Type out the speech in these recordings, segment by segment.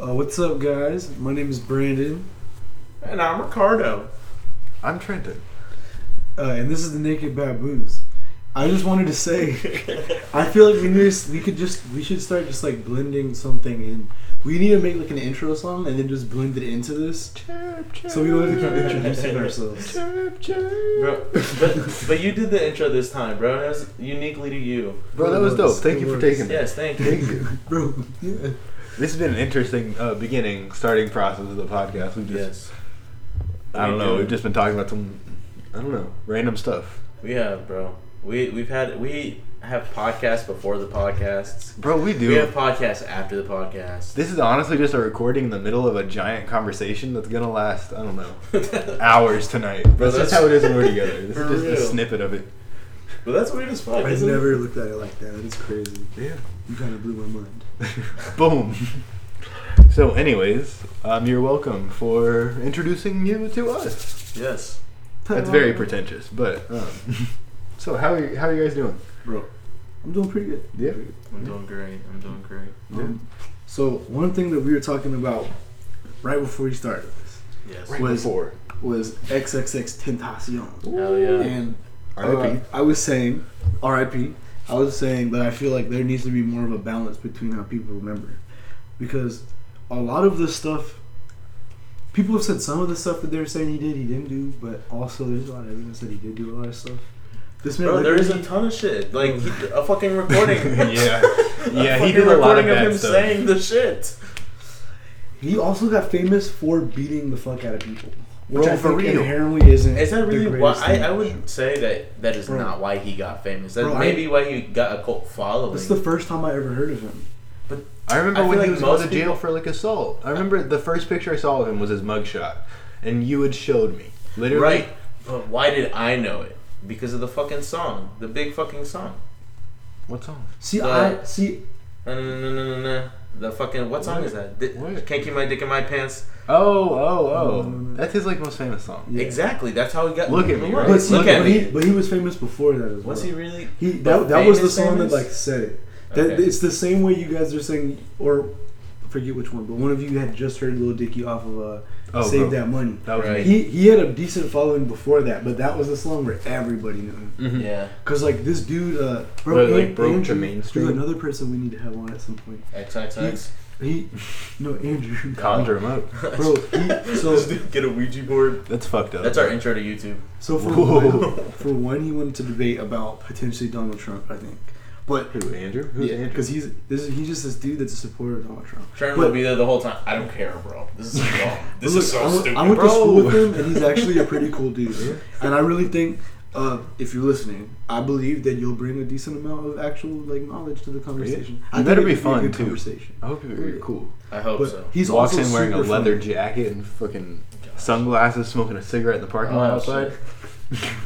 Uh, what's up, guys? My name is Brandon, And I'm Ricardo. I'm Trenton. uh, and this is the Naked Baboons. I just wanted to say, I feel like we need to, we could just we should start just like blending something in. We need to make like an intro song and then just blend it into this, so we literally keep introducing ourselves. Bro, but, but you did the intro this time, bro. That was uniquely to you. Bro, that was dope. Thank you for taking that. Yes, thank you. Thank you. Bro, yeah. This has been an interesting uh, beginning, starting process of the podcast. We've just, Yes. I don't We know, do. we've just been talking about some, I don't know, random stuff. We have, bro. We we've had we have podcasts before the podcasts. Bro, we do. We have podcasts after the podcast. this is honestly just a recording in the middle of a giant conversation that's gonna last, I don't know, hours tonight. Bro, that's- that's, just how it is when we're together. This For is just real. a snippet of it. but that's weird as fuck. I've isn't it? never looked at it like that. That is crazy. Yeah. You kind of blew my mind. Boom. So, anyways, um, you're welcome for introducing you to us. Yes. That's very pretentious, but um, so how are you, how are you guys doing? bro. I'm doing pretty good. Yeah. I'm doing great. I'm doing great. Um, so one thing that we were talking about right before we started this Yes. Right. Was- was XXX Tentacion. Hell yeah. And R.I.P. uh, I was saying, RIP. I was saying that I feel like there needs to be more of a balance between how people remember, it. because a lot of this stuff, people have said some of the stuff that they were saying he did, he didn't do, but also there's a lot of evidence that he did do a lot of stuff. This man, Bro, like, there is a ton of shit. Like he, a fucking recording. yeah, a yeah, he fucking did a lot recording of bad him stuff. saying the shit. he also got famous for beating the fuck out of people, which Bro, I for think real. inherently isn't. Is the that really why? greatest thing. I, I would say that that is Bro. not why he got famous. That's Bro, I- maybe why he got a cult following. That's the first time I ever heard of him. I remember I feel when like he was going most to jail people- for like assault. I remember the first picture I saw of him was his mugshot, and you had showed me literally. right, but why did I know it? Because of the fucking song, the big fucking song. What song? See, Uh, I see. No, no, no, no, no, no. The fucking what song is that? Di- What? Can't keep my dick in my pants. Oh, oh, No, oh! no, no. That's his like most famous song. Yeah. Exactly. That's how he got. Look at me, Look, right? But, see, look but, at he, me. but he was famous before that as well. Was he really? He that, But that was the famous, song famous? that like said it. That Okay. it's the same way you guys are saying, or I forget which one, but one of you had just heard Lil Dicky off of uh, Oh, "Save bro. That Money." That was Right. me. He he had a decent following before that, but that was the song where everybody knew him. Mhm. Yeah. Cause like this dude, uh, Really, like, An- broke the Andrew- mainstream? who's Another person we need to have on at some point. XXX. He, no Andrew, Conjure him up. bro. He, so This dude get a Ouija board. That's fucked up. That's our intro to YouTube. So for Whoa. one, for one, he wanted to debate about potentially Donald Trump, I think. But Who Andrew? Who's yeah, Andrew? because he's this is, he's just this dude that's a supporter of Donald Trump. Trent But- will be there the whole time. I don't care, bro. This is wrong. This But is look, so I went, stupid. I went to bro. school with him, and he's actually a pretty cool dude. And I really think, uh, if you're listening, I believe that you'll bring a decent amount of actual like knowledge to the conversation. I You think better it be could a fun, good too. Conversation. I hope you're cool. I hope But so. he's Walks also in wearing a super leather funny. jacket and fucking sunglasses, smoking a cigarette in the parking lot Oh, outside.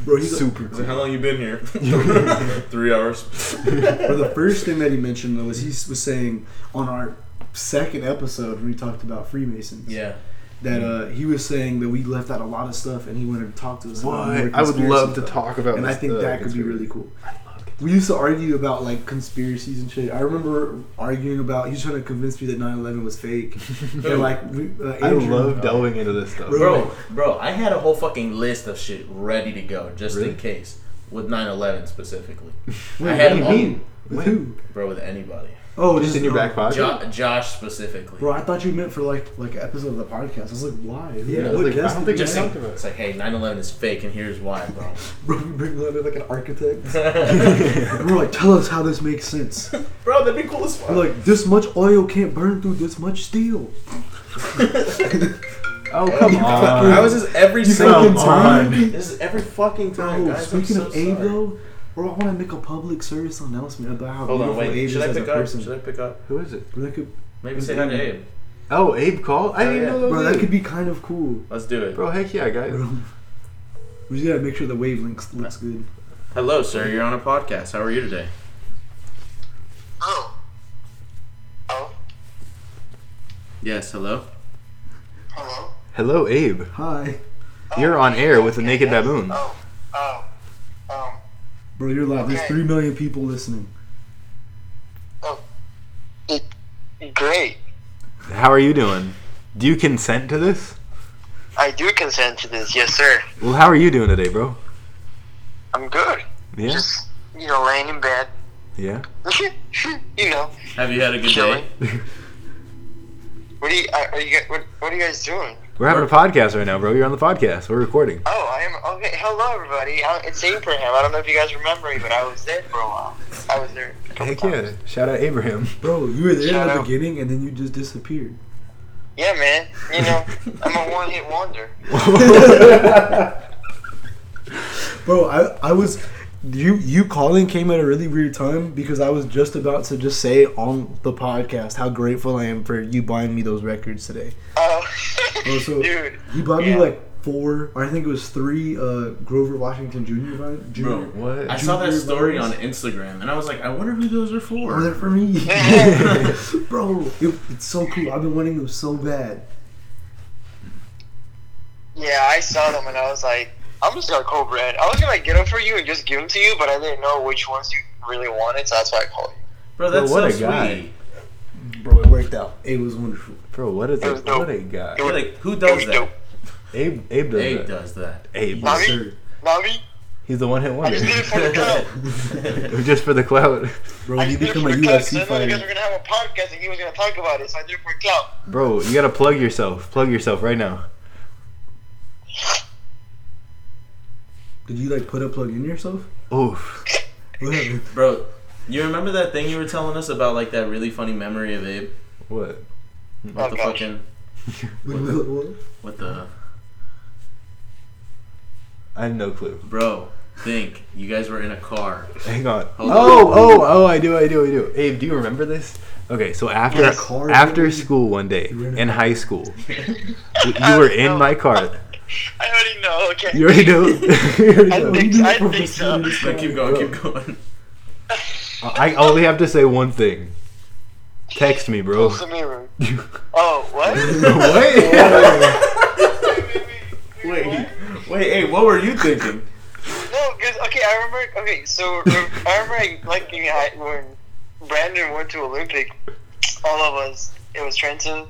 Bro, he's a- Super So cool. how long you been here? Three hours. But the first thing that he mentioned though, was he s- was saying on our second episode when we talked about Freemasons. Yeah. Hmm. that uh, he was saying that we left out a lot of stuff and he wanted to talk to us about more What? I would conspiracy love to stuff. talk about. and I this, think uh, that could be conspiracy. really cool. I love it. We used to argue about like conspiracies and shit. I remember arguing about he was trying to convince me that 9/11 was fake. and like we, uh, I Andrew- love delving into this stuff. Bro, Bro, bro, I had a whole fucking list of shit ready to go just Really? in case. With 9 11 specifically. Wait, I had what do all- you mean? With Wait. who? Bro, with anybody. Oh, Just in your oh. back pocket. Jo- Josh specifically. Bro, I thought you meant for like like an episode of the podcast. I was like, why? Yeah, I was What like, I guest don't did think you just I- have? like, it's like, hey, 9 11 is fake, and here's why, bro. Bro, we bring leather like an architect. and we're like, tell us how this makes sense. bro, that'd be cool as We're like, this much oil can't burn through this much steel. Oh come on! I was just every uh, You single fucking time. time. This is every fucking time, Bro, guys. speaking I'm of so Abe, sorry. though, bro, I want to make a public service announcement about how Hold on, beautiful Abe wait. is Should I as a pick up? person. Should I pick up? Who is it? Bro, that could, Maybe say hi to Abe. Oh, Abe Call. I Oh, didn't yeah. know that. bro, was that Abe. could be kind of cool. Let's do it. Bro, heck yeah, guys. Bro, we just gotta make sure the wavelength looks good. Hello, sir. You're on a podcast. How are you today? Oh. Oh. Yes, hello. Hello. Hello, Abe. Hi, You're on air with the Naked Baboon. Oh. Oh. Um. bro, you're live. There's Okay. three million people listening. It, oh. great. how are you doing? Do you consent to this? I do consent to this, yes, sir. Well, how are you doing today, bro? I'm good. Yeah. Just, you know, laying in bed. Yeah. you know, Have you had a good Chilling. day? what are you, uh, are you, guys- what, what are you guys doing? We're having a podcast right now, bro. You're on the podcast. We're recording. Oh, I am. Okay, hello everybody. I, it's Abraham. I don't know if you guys remember me, but I was there for a while. I was there. a couple Heck times. yeah. Shout out Abraham. Bro, you were there Shout in the out. beginning and then you just disappeared. Yeah, man. You know, I'm a one-hit wonder. Bro, I, I was you you calling came at a really weird time because I was just about to just say on the podcast how grateful I am for you buying me those records today. Oh, Oh, so- dude. You bought Yeah. me like four, or I think it was three uh, Grover Washington Jr. vi- Jr. Bro, What? I saw that Junior story on Vines? Instagram, and I was like, I wonder who those are for. Were there for me, Yeah. bro? It, it's so cool. I've been wanting them so bad. Yeah, I saw them and I was like, I'm just gonna call Brad. I was gonna get them for you and just give them to you, but I didn't know which ones you really wanted, so that's why I called you. Bro, that's Bro, what so a guy. sweet. Bro, it worked out. It was wonderful. Bro, what is It was it? dope. What a guy. It was- Like, who It does was that? dope. Abe, Abe does Abe that. does that. Abe. Mommy? Sir, Mommy, He's the one hit I wonder. just did it for the girl. Just for the clout. bro, I you just did it become a for the clout. 'cause UFC I know you guys were fighter. gonna have a podcast and he was gonna talk about it, so I did it for clout. Bro, you gotta plug yourself. Plug yourself right now. Did you like put a plug in yourself? Oof. What happened? Bro, you remember that thing you were telling us about, like that really funny memory of Abe? What? Mm, What Oh, the gosh. fucking, What- what- what? what the, I have no clue. bro? Think you guys were in a car. Hang on. Hold oh, oh, oh, I do, I do, I do. Abe, do you remember this? Okay, so after Yes. Car, after dude. school one day You were in a in car. high school, you were in my car. I already know. Okay. You already know. You already know. I think, I think so. But keep going, keep going. I only have to say one thing. Text me, bro. Close the mirror. what? Oh, what? Wait, wait, hey, what were you thinking? No, because okay, I remember. Okay, so I remember like in high, when Brandon went to Olympic, all of us. It was Trenton.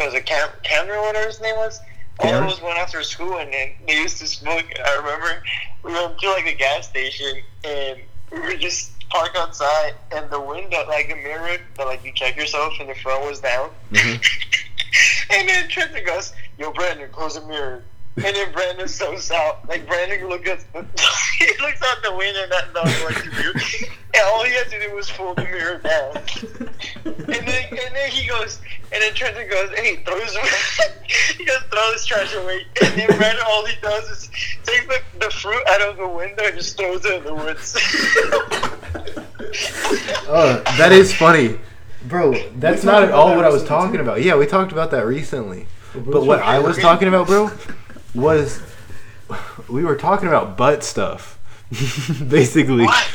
It was a Cam- Cameron, whatever his name was. All Cameron? of us went after school, and then they used to smoke. I remember we went to like the gas station, and we were just parked outside, and the window, like the mirror, that like you check yourself, and the front was down. and then Trenton goes, "Yo, Brandon, close the mirror." And then Brandon zones out. Like Brandon looks at, he looks out the window and not knows what to do. And all he had to do was pull the mirror down. And then and then he goes and then Trenton goes, Hey, throw his he goes, throw his trash away. And then Brandon all he does is takes the, the fruit out of the window and just throws it in the woods. Oh, that is funny. Bro, that's We not talked at about all that what I was recently, talking too. about. Yeah, we talked about that recently. But bro, what I was talking about, bro, was we were talking about butt stuff, basically. What?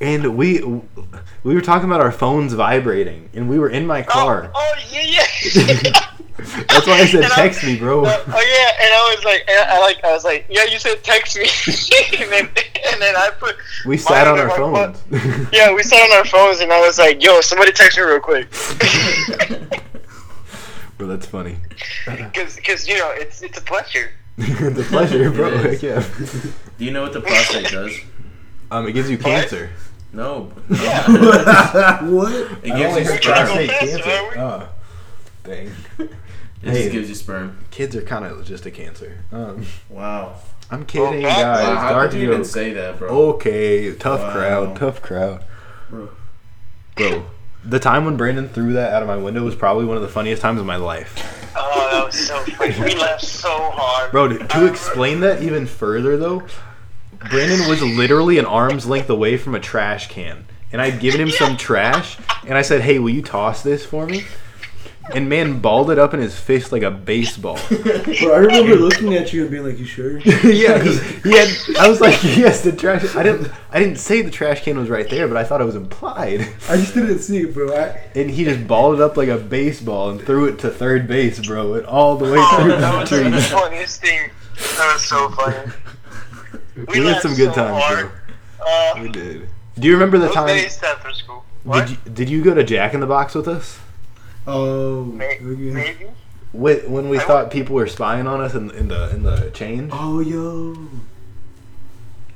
And we we were talking about our phones vibrating, and we were in my oh, car. oh yeah yeah That's why I said And I- text me, bro. Uh, oh yeah, and I was like, and I like, I was like, yeah, you said text me, and then and then I put. We sat mine on in our my phone. phones. Yeah, we sat on our phones, and I was like, yo, somebody text me real quick, Bro, that's funny. because because you know it's it's a pleasure. it's a pleasure, bro. It is. Heck yeah. Do you know what the prostate does? Um, it gives you cancer. No. what? It gives you heard that. sperm. say cancer. Oh, dang. It just gives you sperm. Kids are kind of just a cancer. Um, Wow. I'm kidding, that's- guys. Wow, how Dark could you Oh. even jokes. say that, bro? Okay, tough Wow. crowd, tough crowd. Bro. Bro, the time when Brandon threw that out of my window was probably one of the funniest times of my life. Oh, that was so funny. We laughed so hard. Bro, to, to explain that even further though, Brandon was literally an arm's length away from a trash can. And I'd given him some trash, and I said, hey, will you toss this for me? And man balled it up in his fist like a baseball. Bro, I remember looking at you and being like, "You sure?" yeah, 'cause he had. I was like, yes, the trash. I didn't. I didn't say the trash can was right there, but I thought it was implied. I just didn't see it, bro. I, and he just balled it up like a baseball and threw it to third base, bro, and all the way Oh, through that the was like, the trees. funniest thing. That was so funny. We had laughed some good so times, hard. bro. Uh, We did. Do you remember the those time? days after school. What? Did you, did you go to Jack in the Box with us? Oh. May- okay. Maybe. Wh- when we I- thought people were spying on us in, in the in the change. Oh yo.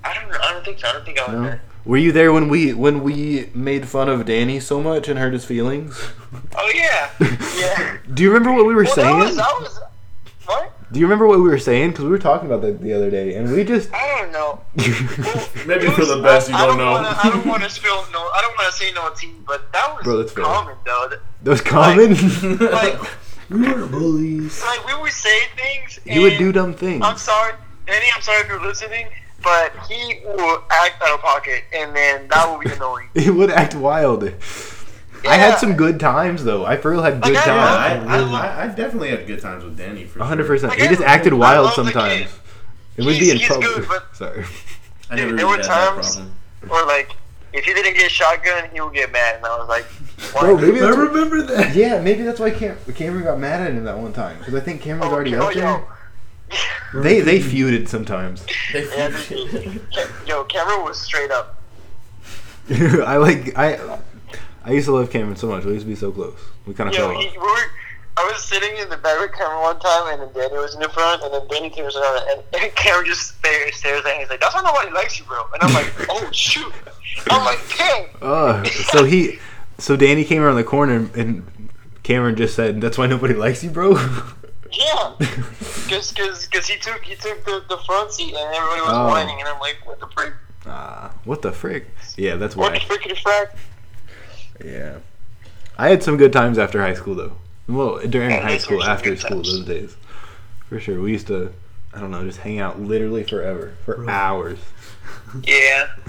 I don't know. I don't think so. I don't think I was No. there. Were you there when we when we made fun of Danny so much and hurt his feelings? Oh yeah. Yeah. Do you remember what we were well, saying? that was that was. What? Do you remember what we were saying? Because we were talking about that the other day, and we just I don't know. Maybe It for was- the best, you I- I don't know. Wanna, I don't want to spill no. I don't want to say no team, but that was Bro, that's fair. common though. That- those common. Like, We were bullies. like we would say things. you would and do dumb things. I'm sorry, Danny. I'm sorry if you're listening, but he will act out of pocket, and then that will be annoying. It would act wild. I had Yeah. some good times though. I for real had good Like, I Yeah, love- times. I, I, I, I definitely had good times with Danny for A hundred sure. percent. Like, He I just love- acted I wild love the kid. sometimes. It would be He's- in he's public. good, but- Sorry. I never Dude, really there were had that times- problem. Or like, if he didn't get shotgun, he would get mad, and I was like, why? Bro, maybe I that's, remember that. yeah, maybe that's why Cam- Cameron got mad at him that one time because I think Cameron's already Oh, yo, up there. They they feuded sometimes. They Yeah, dude. Ke- yo, Cameron was straight up. I like I I used to love Cameron so much. We used to be so close. We kind of Yo, fell he, off. we were, I was sitting in the back with Cameron one time, and then Danny was in the front, and then Danny came around, and, and Cameron just stares, stares at him. He's like, "That's why nobody likes you, bro." And I'm like, "Oh shoot!" I'm like, "Dang." Uh, so he so Danny came around the corner and Cameron just said, "That's why nobody likes you, bro." Yeah, because he took he took the, the front seat and everybody was Oh. whining, and I'm like, what the frick? Ah, what the frick? Yeah, that's What the why. frickity frack? Yeah. I had some good times after high school though. Well, during Yeah, high those school, were some after good school, times. those days, for sure. We used to, I don't know, just hang out literally forever for Bro. hours. Yeah,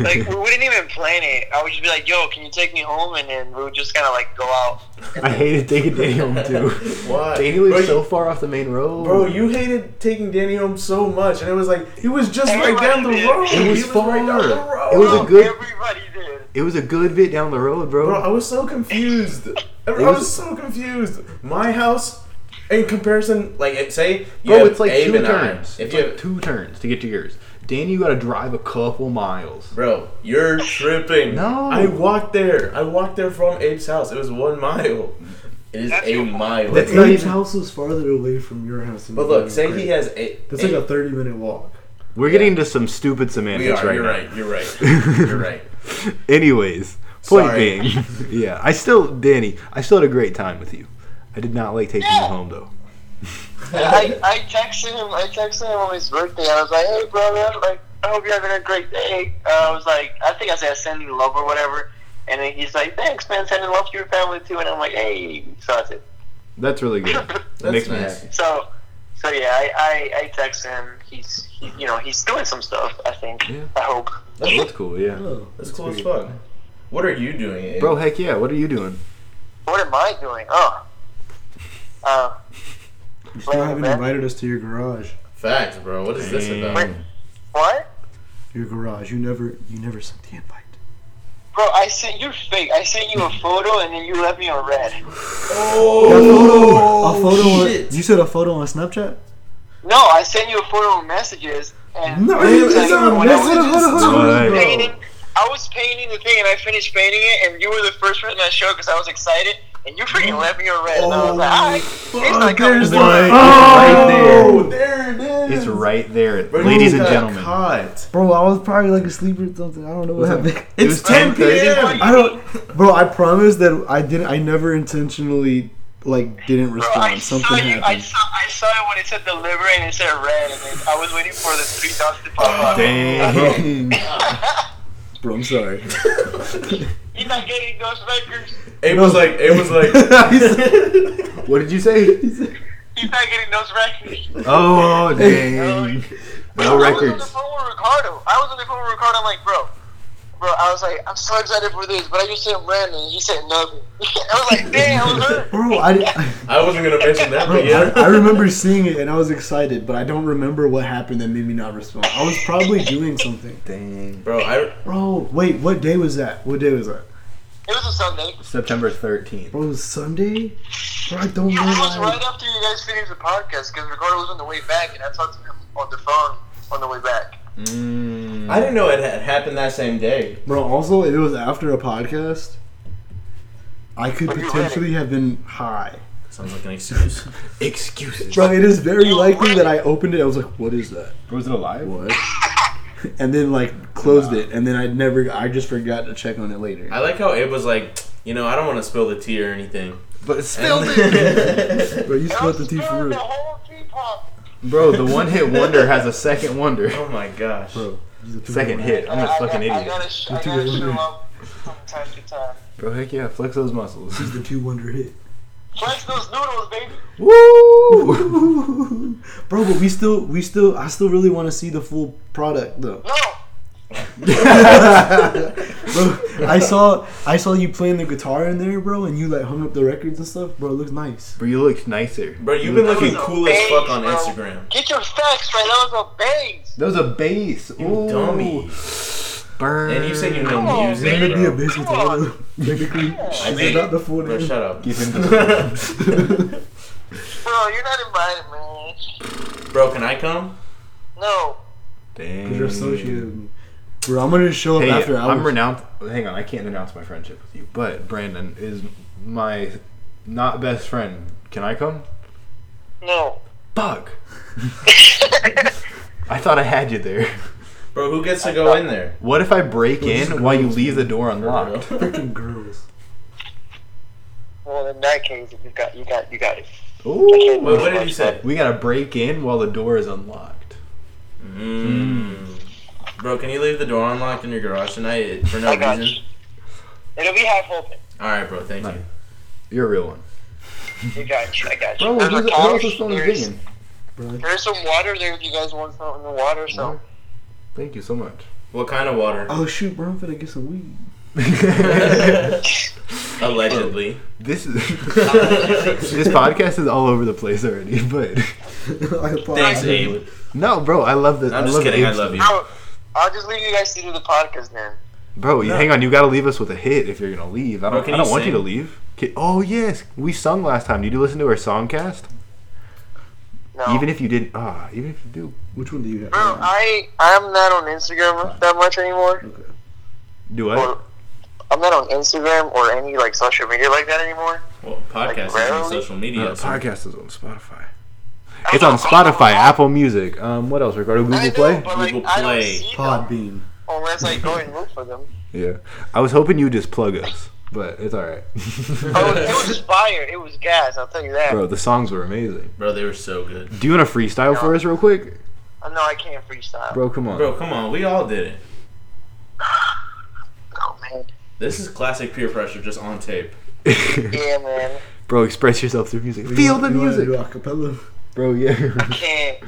like we wouldn't even plan it. I would just be like, yo, can you take me home? And then we would just kind of like go out. I hated taking Danny home too. Why? Danny Bro, lives so you- far off the main road. Bro, you hated taking Danny home so much, and it was like he was just right Everybody down the did. road. It He was right down the far. road. It was a Bro, good- Everybody did. It was a good bit down the road, bro. Bro, I was so confused. I was, was- so confused. My house, in comparison, like it- say, you Bro, have it's like Abe two and I. turns. If It's you like have, two turns to get to yours. Danny, you gotta drive a couple miles. bro, you're tripping. No. I walked there. I walked there from Abe's house. It was one mile. It is That's a your- mile. That's not Abe's even- house was farther away from your house. Than but mine. look, say he has a. That's Abe- like a thirty-minute walk. We're getting into some stupid we semantics are. right you're now. right. You're right. You're right. Anyways, point Sorry. being, yeah, I still, Danny, I still had a great time with you. I did not like taking you Yeah. home though. I, I texted him. I texted him on his birthday. I was like, "Hey, brother, like, I hope you're having a great day." Uh, I was like, "I think I said sending you love or whatever," and then he's like, "Thanks, man, sending love to your family too." And I'm like, "Hey," so that's it. That's really good. That's makes me nice. happy. So, so yeah, I I, I text him. He's he, you know he's doing some stuff. I think. Yeah. I hope. That's, That's cool, yeah. Oh, that's cool as great. fuck. What are you doing, Abe? Bro, heck yeah, what are you doing? What am I doing? Oh. Uh, You still haven't man. invited us to your garage. Facts, bro. What is this about? Wait. what? Your garage. You never. You never sent the invite. Bro, I sent you fake. I sent you a photo, and then you left me on red. Oh, a photo. on- shit. you said a photo on Snapchat. No, I sent you a photo on messages. And No, I was it's like, not when I was- messages. Alright. painting. I was painting the thing, and I finished painting it, and you were the first person I showed because I was excited, and you freaking left me on red, and I was like, "All right, it's not coming Oh, there's through." What? Oh, there It's right there. it is. It's right there, Bro, you ladies and got gentlemen. Caught. Bro, I was probably like asleep or something. I don't know what What's up? happened. It was 10 p.m.. I don't, bro. I promise that I didn't. I never intentionally like didn't Bro, I respond. saw Something you. I happened. saw, I saw it when it said deliver, and it said red, and then I was waiting for the three dots to Oh, pop up. Dang. Bro, I'm sorry. You're not getting those records. Abe was like, Abe was like, what did you say? He's not getting those records. Oh, dang. No Bro, I was on the records. phone with Ricardo. I was on the phone with Ricardo. I'm like, bro, bro. I was like, I'm so excited for this, but I just said red, and he said nothing. I was like, damn, I was hurt. bro, I, I, I wasn't gonna mention that, bro, but yeah. I, I remember seeing it and I was excited, but I don't remember what happened that made me not respond. I was probably doing something. Dang. Bro, I Bro, wait, what day was that? What day was that? It was a Sunday. September 13th. Bro, it was Sunday. Bro, I don't Yeah, know. it was right why. after you guys finished the podcast because Ricardo was on the way back, and I talked to him on the phone on the way back. Mm. I didn't know it had happened that same day. Bro, also if it was after a podcast. I could Are you ready? potentially have been high. Sounds like an excuse. Excuses. Bro, it is very likely that I opened it. I was like, "What is that? Was it alive? What?" And then like closed it, and then I never. I just forgot to check on it later. I like how Abe was like, you know, I don't want to spill the tea or anything. But spilled Bro, you I spilled the was tea for spilling the real. whole teapot. Bro, the one hit wonder has a second wonder. oh my gosh. Bro, he's a two-for-one. Second hit. I'm a I- fucking I, I, idiot. gotta, sh- You're I too gotta good. show up from time to time. Bro, heck yeah, flex those muscles. He's the two wonder hit. Flex those noodles, baby. Woo! Bro, but we still, we still, I still really want to see the full product though. No, Bro, I saw, I saw you playing the guitar in there, bro, and you like hung up the records and stuff. Bro, it looks nice. Bro, you look nicer. Bro, you've been looking That was a cool as fuck phase, on bro. Instagram. get your facts right. That was a bangs. That was a bass. You Ooh. dummy. Burn. And you say you Come know on, music. It'd be a Bro. bass guitar. though. Technically, Hey, she's not the full Bro, name. shut up. Give him Bro, you're not invited, man. Bro, can I come? No. Dang. You're associated with me. Bro, I'm gonna show up Hey, after hours. I'm renowned. Hang on, I can't announce my friendship with you, but Brandon is my not best friend. Can I come? No. Fuck. I thought I had you there. Bro, who gets to go in there? What if I break Those in while you girls, leave the door Bro. unlocked? Freaking girls. Well, in that case, you got, you got, you got it. Ooh. Wait, what did you say? We gotta break in while the door is unlocked. Mm. Bro, can you leave the door unlocked in your garage tonight for no I got reason? you. It'll be half open. All right, bro. Thank you. You're a real one. You got you. I got you. Bro, There's who's, a who else couch, is filming there's- Vivian? Bro, There's some water there if you guys want some in the water, so. Thank you so much. What kind of water? oh shoot, bro, I'm finna get some weed. Allegedly. this is this podcast is all over the place already, but Thanks, Thanks, Abe. no, bro, I love this. I'm just kidding. I Abe's- love you. Bro, I'll just leave you guys to do the podcast then. Bro, you hang on. You got to leave us with a hit if you're gonna leave. I Bro, don't. can I don't you want you to sing? leave. Ki- oh yes, we sung last time. Did you listen to our song cast? No. Even if you didn't, ah, even if you do, Which one do you have? Bro, Oh, uh, I I'm not on Instagram that much anymore. okay. do I? Or I'm not on Instagram or any like social media like that anymore. Well, podcast is on rarely? social media. Uh, so- podcast is on Spotify. It's on Spotify, Apple Music. Um, what else? Ricardo, Google I know, Play. but like Google I don't Play. see them Podbean. unless I go and look for them. Yeah, I was hoping you just plug us, but it's all right, Oh, it was fire. It was gas. I'll tell you that. bro. The songs were amazing. Bro, they were so good. Do you want to freestyle for us real quick, Uh, No, I can't freestyle. bro? Come on. Bro, come on. We all did it. Oh man. This is classic peer pressure just on tape. Yeah, man. bro, express yourself through music. You Feel want- the you wanna do music, acapella? bro. Yeah. Can't.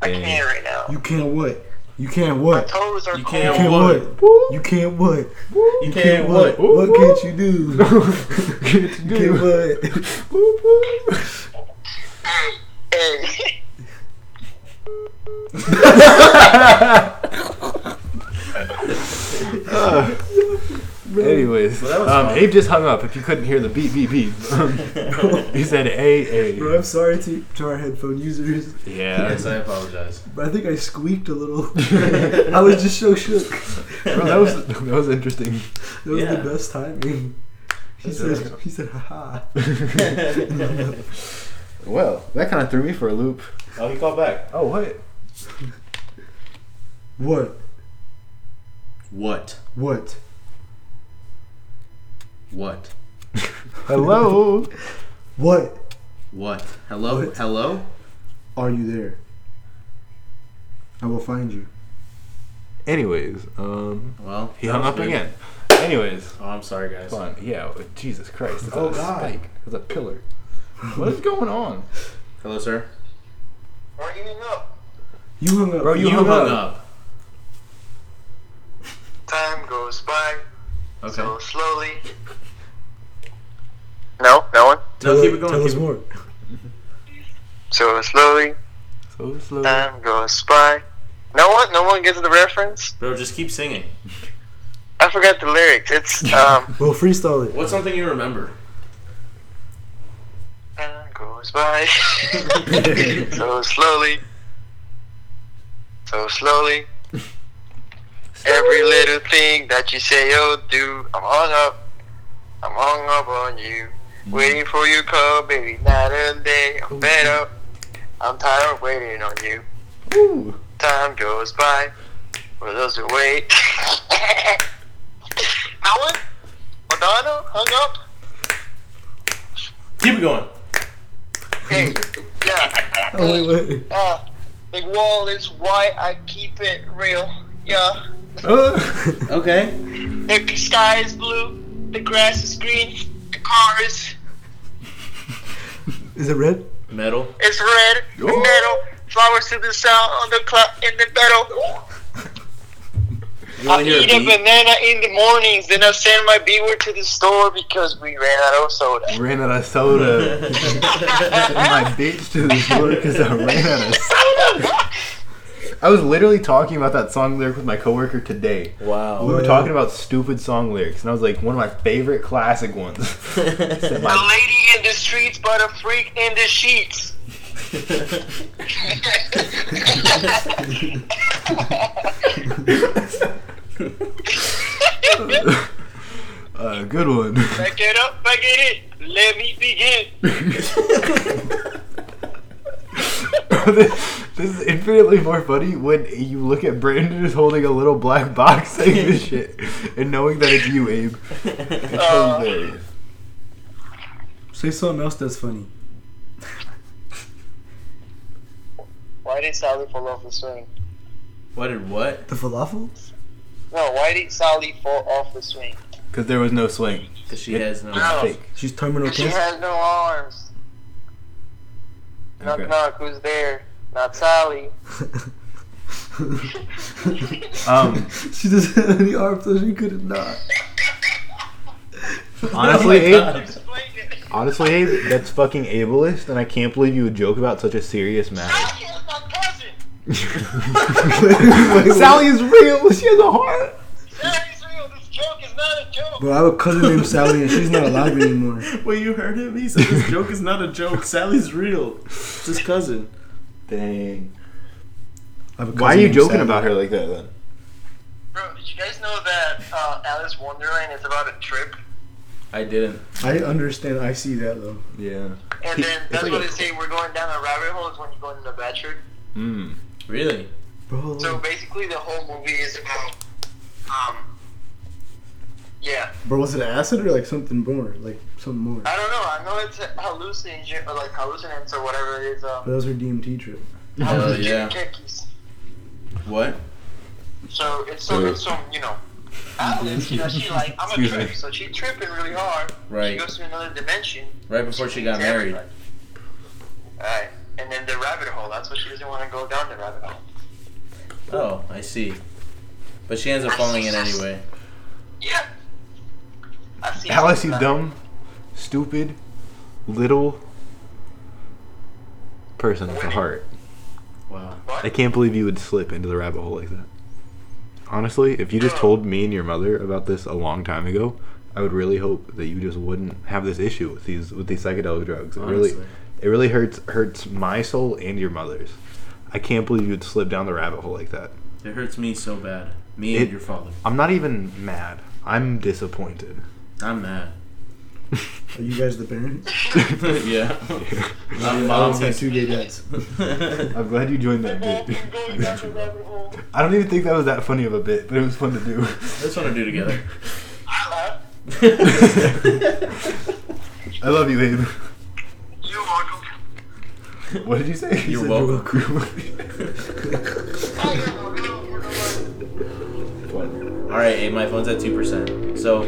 I Dang. can't right now. You can't what? You can't what? Toes are You cold. You can't- can't What? what? You can't what? You can't What? what? What can't you do? Good You can't what? Hey. Anyways, that was um, fun. Abe just hung up. If you couldn't hear the beep, beep, beep, Um, he said, "A, Bro, a." I'm sorry to, to our headphone users, Yeah, yes, I apologize. but I think I squeaked a little. I was just so shook. bro, that was that was interesting. That was Yeah. the best timing. He That's said, awesome. he said, haha. Well, that kind of threw me for a loop. oh, he called back. Oh, what? What? What? What? What? Hello. What? What? Hello? What? Hello? Are you there? I will find you. Anyways, um, Well, he that hung was up weird. again. Anyways, Oh, I'm sorry, guys. fun. Yeah, Jesus Christ. It's Oh, a God. spike. It's a pillar. What is going on, Hello, sir. Are you up? You hung up. bro? You You, hung, up. Time goes by Okay. so slowly. No, no one. no, keep it going. Tell keep us it- more. So slowly. So slow. Time goes by. No one, no one gets the reference. Bro, just keep singing. I forgot the lyrics. It's um. Well, freestyle it. What's something you remember? time goes by so slowly, so slowly. Every little thing that you say or do, I'm oh, hung up. I'm hung up on you. Mm. Waiting for your call, baby, night and day. I'm fed up. I'm tired of waiting on you. Ooh. Time goes by for those who wait. Alan? Madonna? Hung up? Keep it going. Hey, yeah. Oh wait, wait. Uh, the wall is why I keep it real. Yeah. Uh, Okay. The sky is blue. The grass is green. The car is is it red? Metal. it's red. The Ooh. metal. Flowers to the sound on the clock in the metal. You I want to hear a eat a beat? banana in the mornings, then I send my beaver to the store because we ran out of soda. Ran out of soda. Sent my bitch to the store because I ran out of soda. I was literally talking about that song lyric with my coworker today. wow. We were Yeah. talking about stupid song lyrics, and I was like, one of my favorite classic ones. Said The my- lady in the streets, but a freak in the sheets. uh, good one. Back it up, back it in. Let me begin. this is infinitely more funny when you look at Brandon is holding a little black box saying this shit and knowing that it's you, Abe. It's Oh. Uh. hilarious. Say something else that's funny. Why did Sally fall off the swing? What did what? The falafel? No, why did Sally fall off the swing? Because there was no swing. Because she has no. No. Fake. She's terminal She cancer. has no arms. Knock Okay. knock, who's there? Not Sally. Um, she doesn't have any arms, so she couldn't not. honestly, Oh my Abe, God. Explain it. honestly, Abe, that's fucking ableist, and I can't believe you would joke about such a serious matter. Sally is my cousin. Sally is real. She has a heart. Sally's real. This joke is not a joke. Bro, I have a cousin named Sally, and she's not alive anymore. Well, you heard him. He said this joke is not a joke. Sally's real. It's his cousin. Dang. I have a cousin Why are you named joking Sally. about her like that then? Bro, did you guys know that uh, Alice Wonderland is about a trip? I didn't. I understand. I see that though. Yeah. And then It's that's like what a- they say we're going down a rabbit hole is when you go into the bad trip. Mm. Really? Bro, So basically, the whole movie is about, um, yeah. bro, was it acid or like something more? Like something more? I don't know. I know it's a hallucinogen or like hallucinants or whatever it is. Um, But that was her DMT trip. Hell hallucinogen Uh, yeah. cookies. What? So it's some, it's Uh. some, you know. Alice, you know, she like I'm a Excuse trip, me. so she tripping really hard. She Right. goes to another dimension. Right before she got meets married. everybody. Alright, and then the rabbit hole. That's why she doesn't want to go down the rabbit hole. Oh, I see. But she ends up falling in anyway. Yeah. I see Alice, you that. dumb, stupid, little person with a heart. Wow. What? I can't believe you would slip into the rabbit hole like that. Honestly, if you just told me and your mother about this a long time ago, I would really hope that you just wouldn't have this issue with these with these psychedelic drugs. It really Honestly. it really hurts hurts my soul and your mother's. I can't believe you'd slip down the rabbit hole like that. It hurts me so bad. Me It- and your father. I'm not even mad. I'm disappointed. I'm mad. Are you guys the parents? yeah. I'm I don't have mounting. two gay dads. I'm glad you joined that Well, bit. I'm going down the rabbit hole. I don't even think that was that funny of a bit, but it was fun to do. Let's want to do together. I laugh. I love you, Abe. You're welcome. What did you say? You're welcome. I am welcome. All right, Abe, my phone's at two percent. So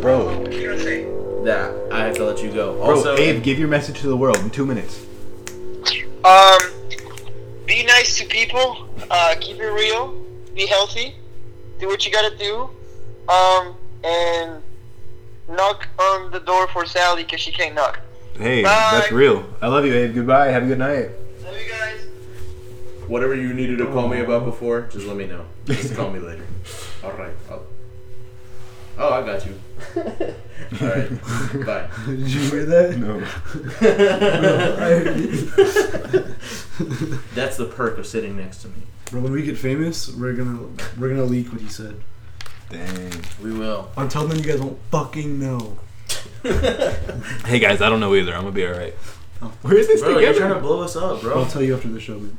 Bro, What you gonna say? that I have to let you go. bro, Also, Abe, give your message to the world in two minutes. Um, be nice to people. Uh, keep it real. Be healthy. Do what you gotta do. Um, and knock on the door for Sally because she can't knock. Hey, Bye. that's real. I love you, Abe. Goodbye. Have a good night. Love you guys. whatever you needed to call me about before, just let me know. Just call me later. All right. I'll- Oh, I got you. All right. Bye. Did you hear that? No. That's the perk of sitting next to me. Bro, when we get famous, we're gonna we're gonna leak what he said. Dang. We will. Until then, you guys won't fucking know. Hey guys, I don't know either. I'm gonna be all right. I'll, Where is this Oh. Bro, you're together? trying to blow us up, I'll bro. tell you after the show, man.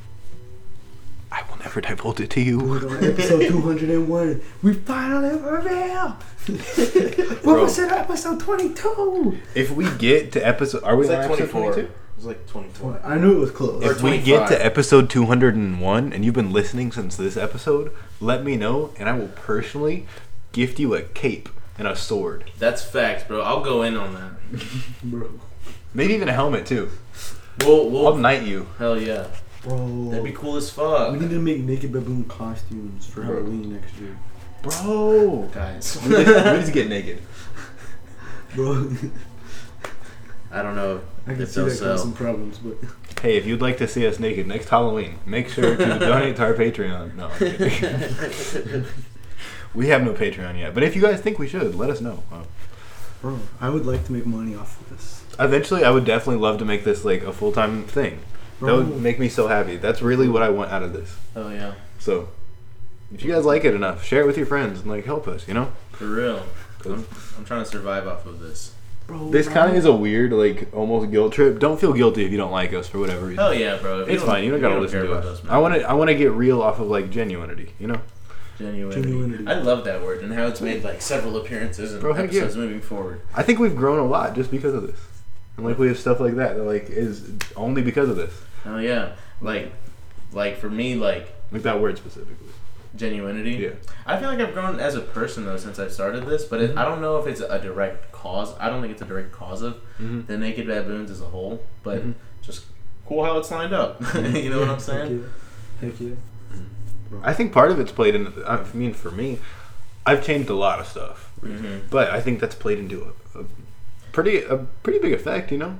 I will never divulge it to We're you. on episode 201. We finally reveal. what Bro. was it? Episode 22. If we get to episode, are we It's on like episode 24. 22? It's like 24. I knew it was close. If we 25. get to episode 201 and you've been listening since this episode, let me know and I will personally gift you a cape and a sword. That's facts, bro. I'll go in on that. bro, Maybe even a helmet too. We'll, I'll we'll, knight you. hell yeah. bro. That'd be cool as We fuck. need to make naked baboon costumes for Bro. Halloween next year, Bro. Guys. we need to get naked. bro. I don't know I can if see they'll that causing sell. some problems, but Hey, if you'd like to see us naked next Halloween, make sure to donate to our Patreon. No, I'm kidding. we have no Patreon yet, but if you guys think we should, let us know. Uh, bro, I would like to make money off of this. Eventually, I would definitely love to make this like a full time thing. That Bro, would make me so happy. That's really what I want out of this. Hell yeah. So, if you guys like it enough, share it with your friends and like help us. You know, For real. I'm, I'm trying to survive off of this. bro, this kind bro. of is a weird, like almost guilt trip. Don't feel guilty if you don't like us for whatever reason. Hell yeah, bro. If It's fine. You don't if gotta care listen to about us. man. I want to. I want to get real off of like genuinity. You know, Genuinity. Genuinity. I love that word and how it's made like several appearances and Bro, heck yeah. episodes moving forward. I think we've grown a lot just because of this, and like we have stuff like that that like is only because of this, Hell yeah. Like, like for me, like like that word specifically. genuinity. Yeah. I feel like I've grown as a person though since I started this, but Mm-hmm. it, I don't know if it's a direct cause. I don't think it's a direct cause of Mhm. the naked baboons as a whole, but Mhm. just cool how it's lined up. you know what I'm saying? Heck yeah. Heck yeah. I think part of it's played in. I mean, for me, I've changed a lot of stuff, Mhm. but I think that's played into a, a pretty a pretty big effect. You know,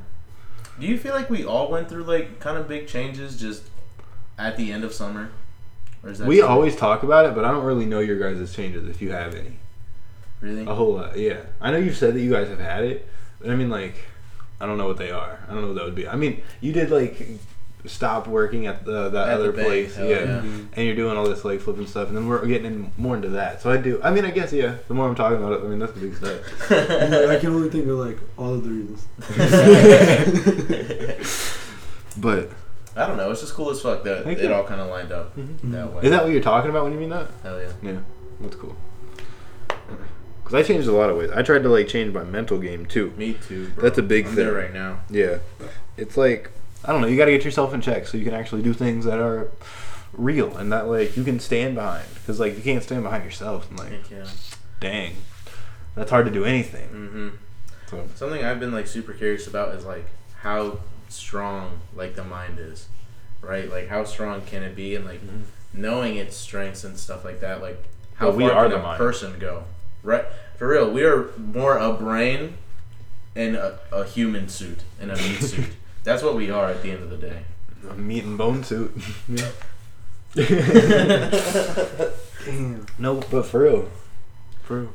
Do you feel like we all went through like kind of big changes just at the end of summer? Or is that we just- always talk about it, but I don't really know your guys' changes if you have any. really A whole lot, yeah. I know you've said that you guys have had it, but I mean, like, I don't know what they are. I don't know what that would be. I mean, you did like stop working at the that At the other bank, place, hell yeah. yeah. And you're doing all this like flipping stuff, and then we're getting in more into that. So I do. I mean, I guess yeah. The more I'm talking about it, I mean, that's the big stuff. And, like, I can only think of like all of the reasons. But I don't know. It's just cool as fuck that Thank it you. Mm-hmm. all kind of lined up that way. is that what you're talking about when you mean that? Hell yeah. Yeah, that's cool. Cause I changed a lot of ways. I tried to like change my mental game too. Me too. Bro. That's a big I'm thing. there right now. Yeah. It's like I don't know, you gotta get yourself in check so you can actually do things that are real and that like you can stand behind. Because like you can't stand behind yourself and like Heck yeah. dang. That's hard to do anything. hmm So Something I've been like super curious about is like how strong like the mind is, right? Like how strong can it be, and like knowing its strengths and stuff like that. Like how Mm-hmm. Well, we far are can the a mind. person go, right? For real, we are more a brain and a, a human suit and a meat suit. That's what we are at the end of the day. a meat and bone suit. Damn. no, but for real. For real.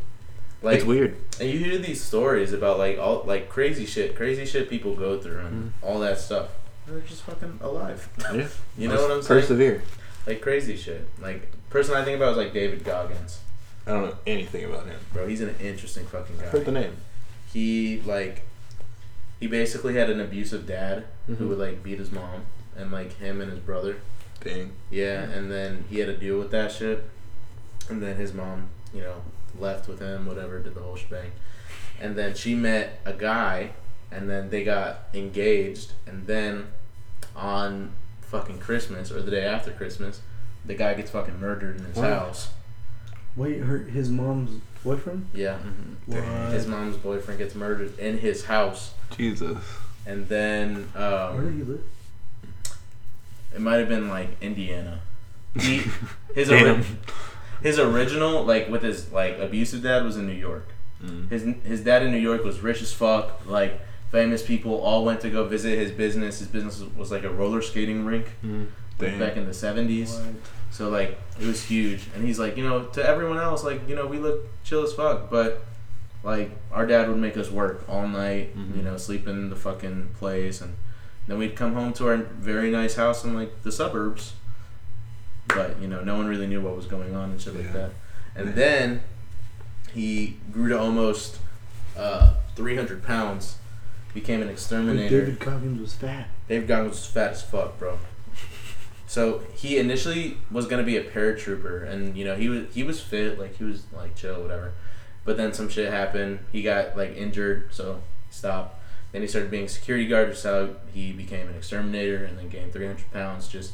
Like it's weird. And you hear these stories about like all like crazy shit, crazy shit people go through and all that stuff. They're just fucking alive. Mm-hmm. Yeah. You know what I'm saying? Persevere. Like crazy shit. Like person I think about is like David Goggins. I don't know anything about him. Bro, he's an interesting fucking Heard the guy. name. He like he basically had an abusive dad who Mhm. would like beat his mom and like him and his brother. Dang. Yeah, and then he had to deal with that shit. And then his mom, you know, left with him, whatever, did the whole shebang. And then she met a guy, and then they got engaged. And then on fucking Christmas, or the day after Christmas, the guy gets fucking murdered in his Wow. house. Wait, her his mom's boyfriend? Yeah. What? His mom's boyfriend gets murdered in his house. Jesus. And then Where did um, he live? it might have been like Indiana. He, his, Damn. ori- his original, like, with his like abusive dad was in New York. Mm. His his dad in New York was rich as fuck. Like famous people all went to go visit his business. His business was like a roller skating rink Mm. back Dang. in the seventies. What? So like it was huge. And he's like, you know, to everyone else, like you know, we look chill as fuck, but like our dad would make us work all night. Mhm. You know, sleep in the fucking place, and then we'd come home to our very nice house in like the suburbs. But you know, no one really knew what was going on and shit like Yeah. that. And Yeah. then he grew to almost uh, 300 pounds, became an But exterminator. David Goggins was fat. Dave Goggins was fat as fuck, bro. So he initially was gonna be a paratrooper, and you know he was he was fit, like he was like chill, whatever. But then some shit happened. He got like injured, so he stopped. Then he started being a security guard, which is how he became an exterminator, and then gained 300 pounds just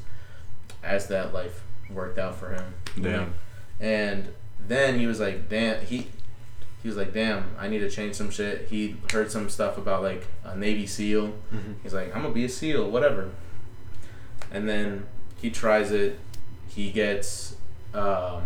as that life worked out for him. you know? Damn. And then he was like, damn, he he was like, damn, I need to change some shit. He heard some stuff about like a Navy SEAL. He's like, I'm gonna be a SEAL, whatever. And then he tries it. He gets. Um,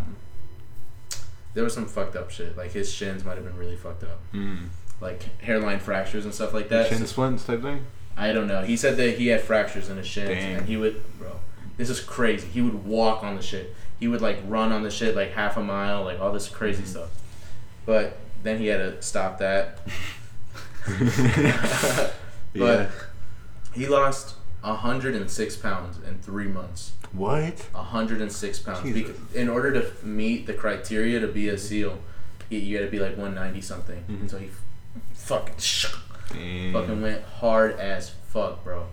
there was some fucked up shit. Like his shins might have been really fucked up, Mm. like hairline fractures and stuff like that. Shin splints type thing. I don't know. He said that he had fractures in his shins, Damn. and he would, bro. This is crazy. He would walk on the shit. He would like run on the shit like half a mile, like all this crazy Mm-hmm. stuff. But then he had to stop that. yeah. But he lost 106 pounds in three months. What? 106 pounds. Bec- Jesus. Mm-hmm. in order to meet the criteria to be a SEAL, you, you got to be like 190 something. Mhm. So he f- fucking Damn. fucking went hard as fuck, bro.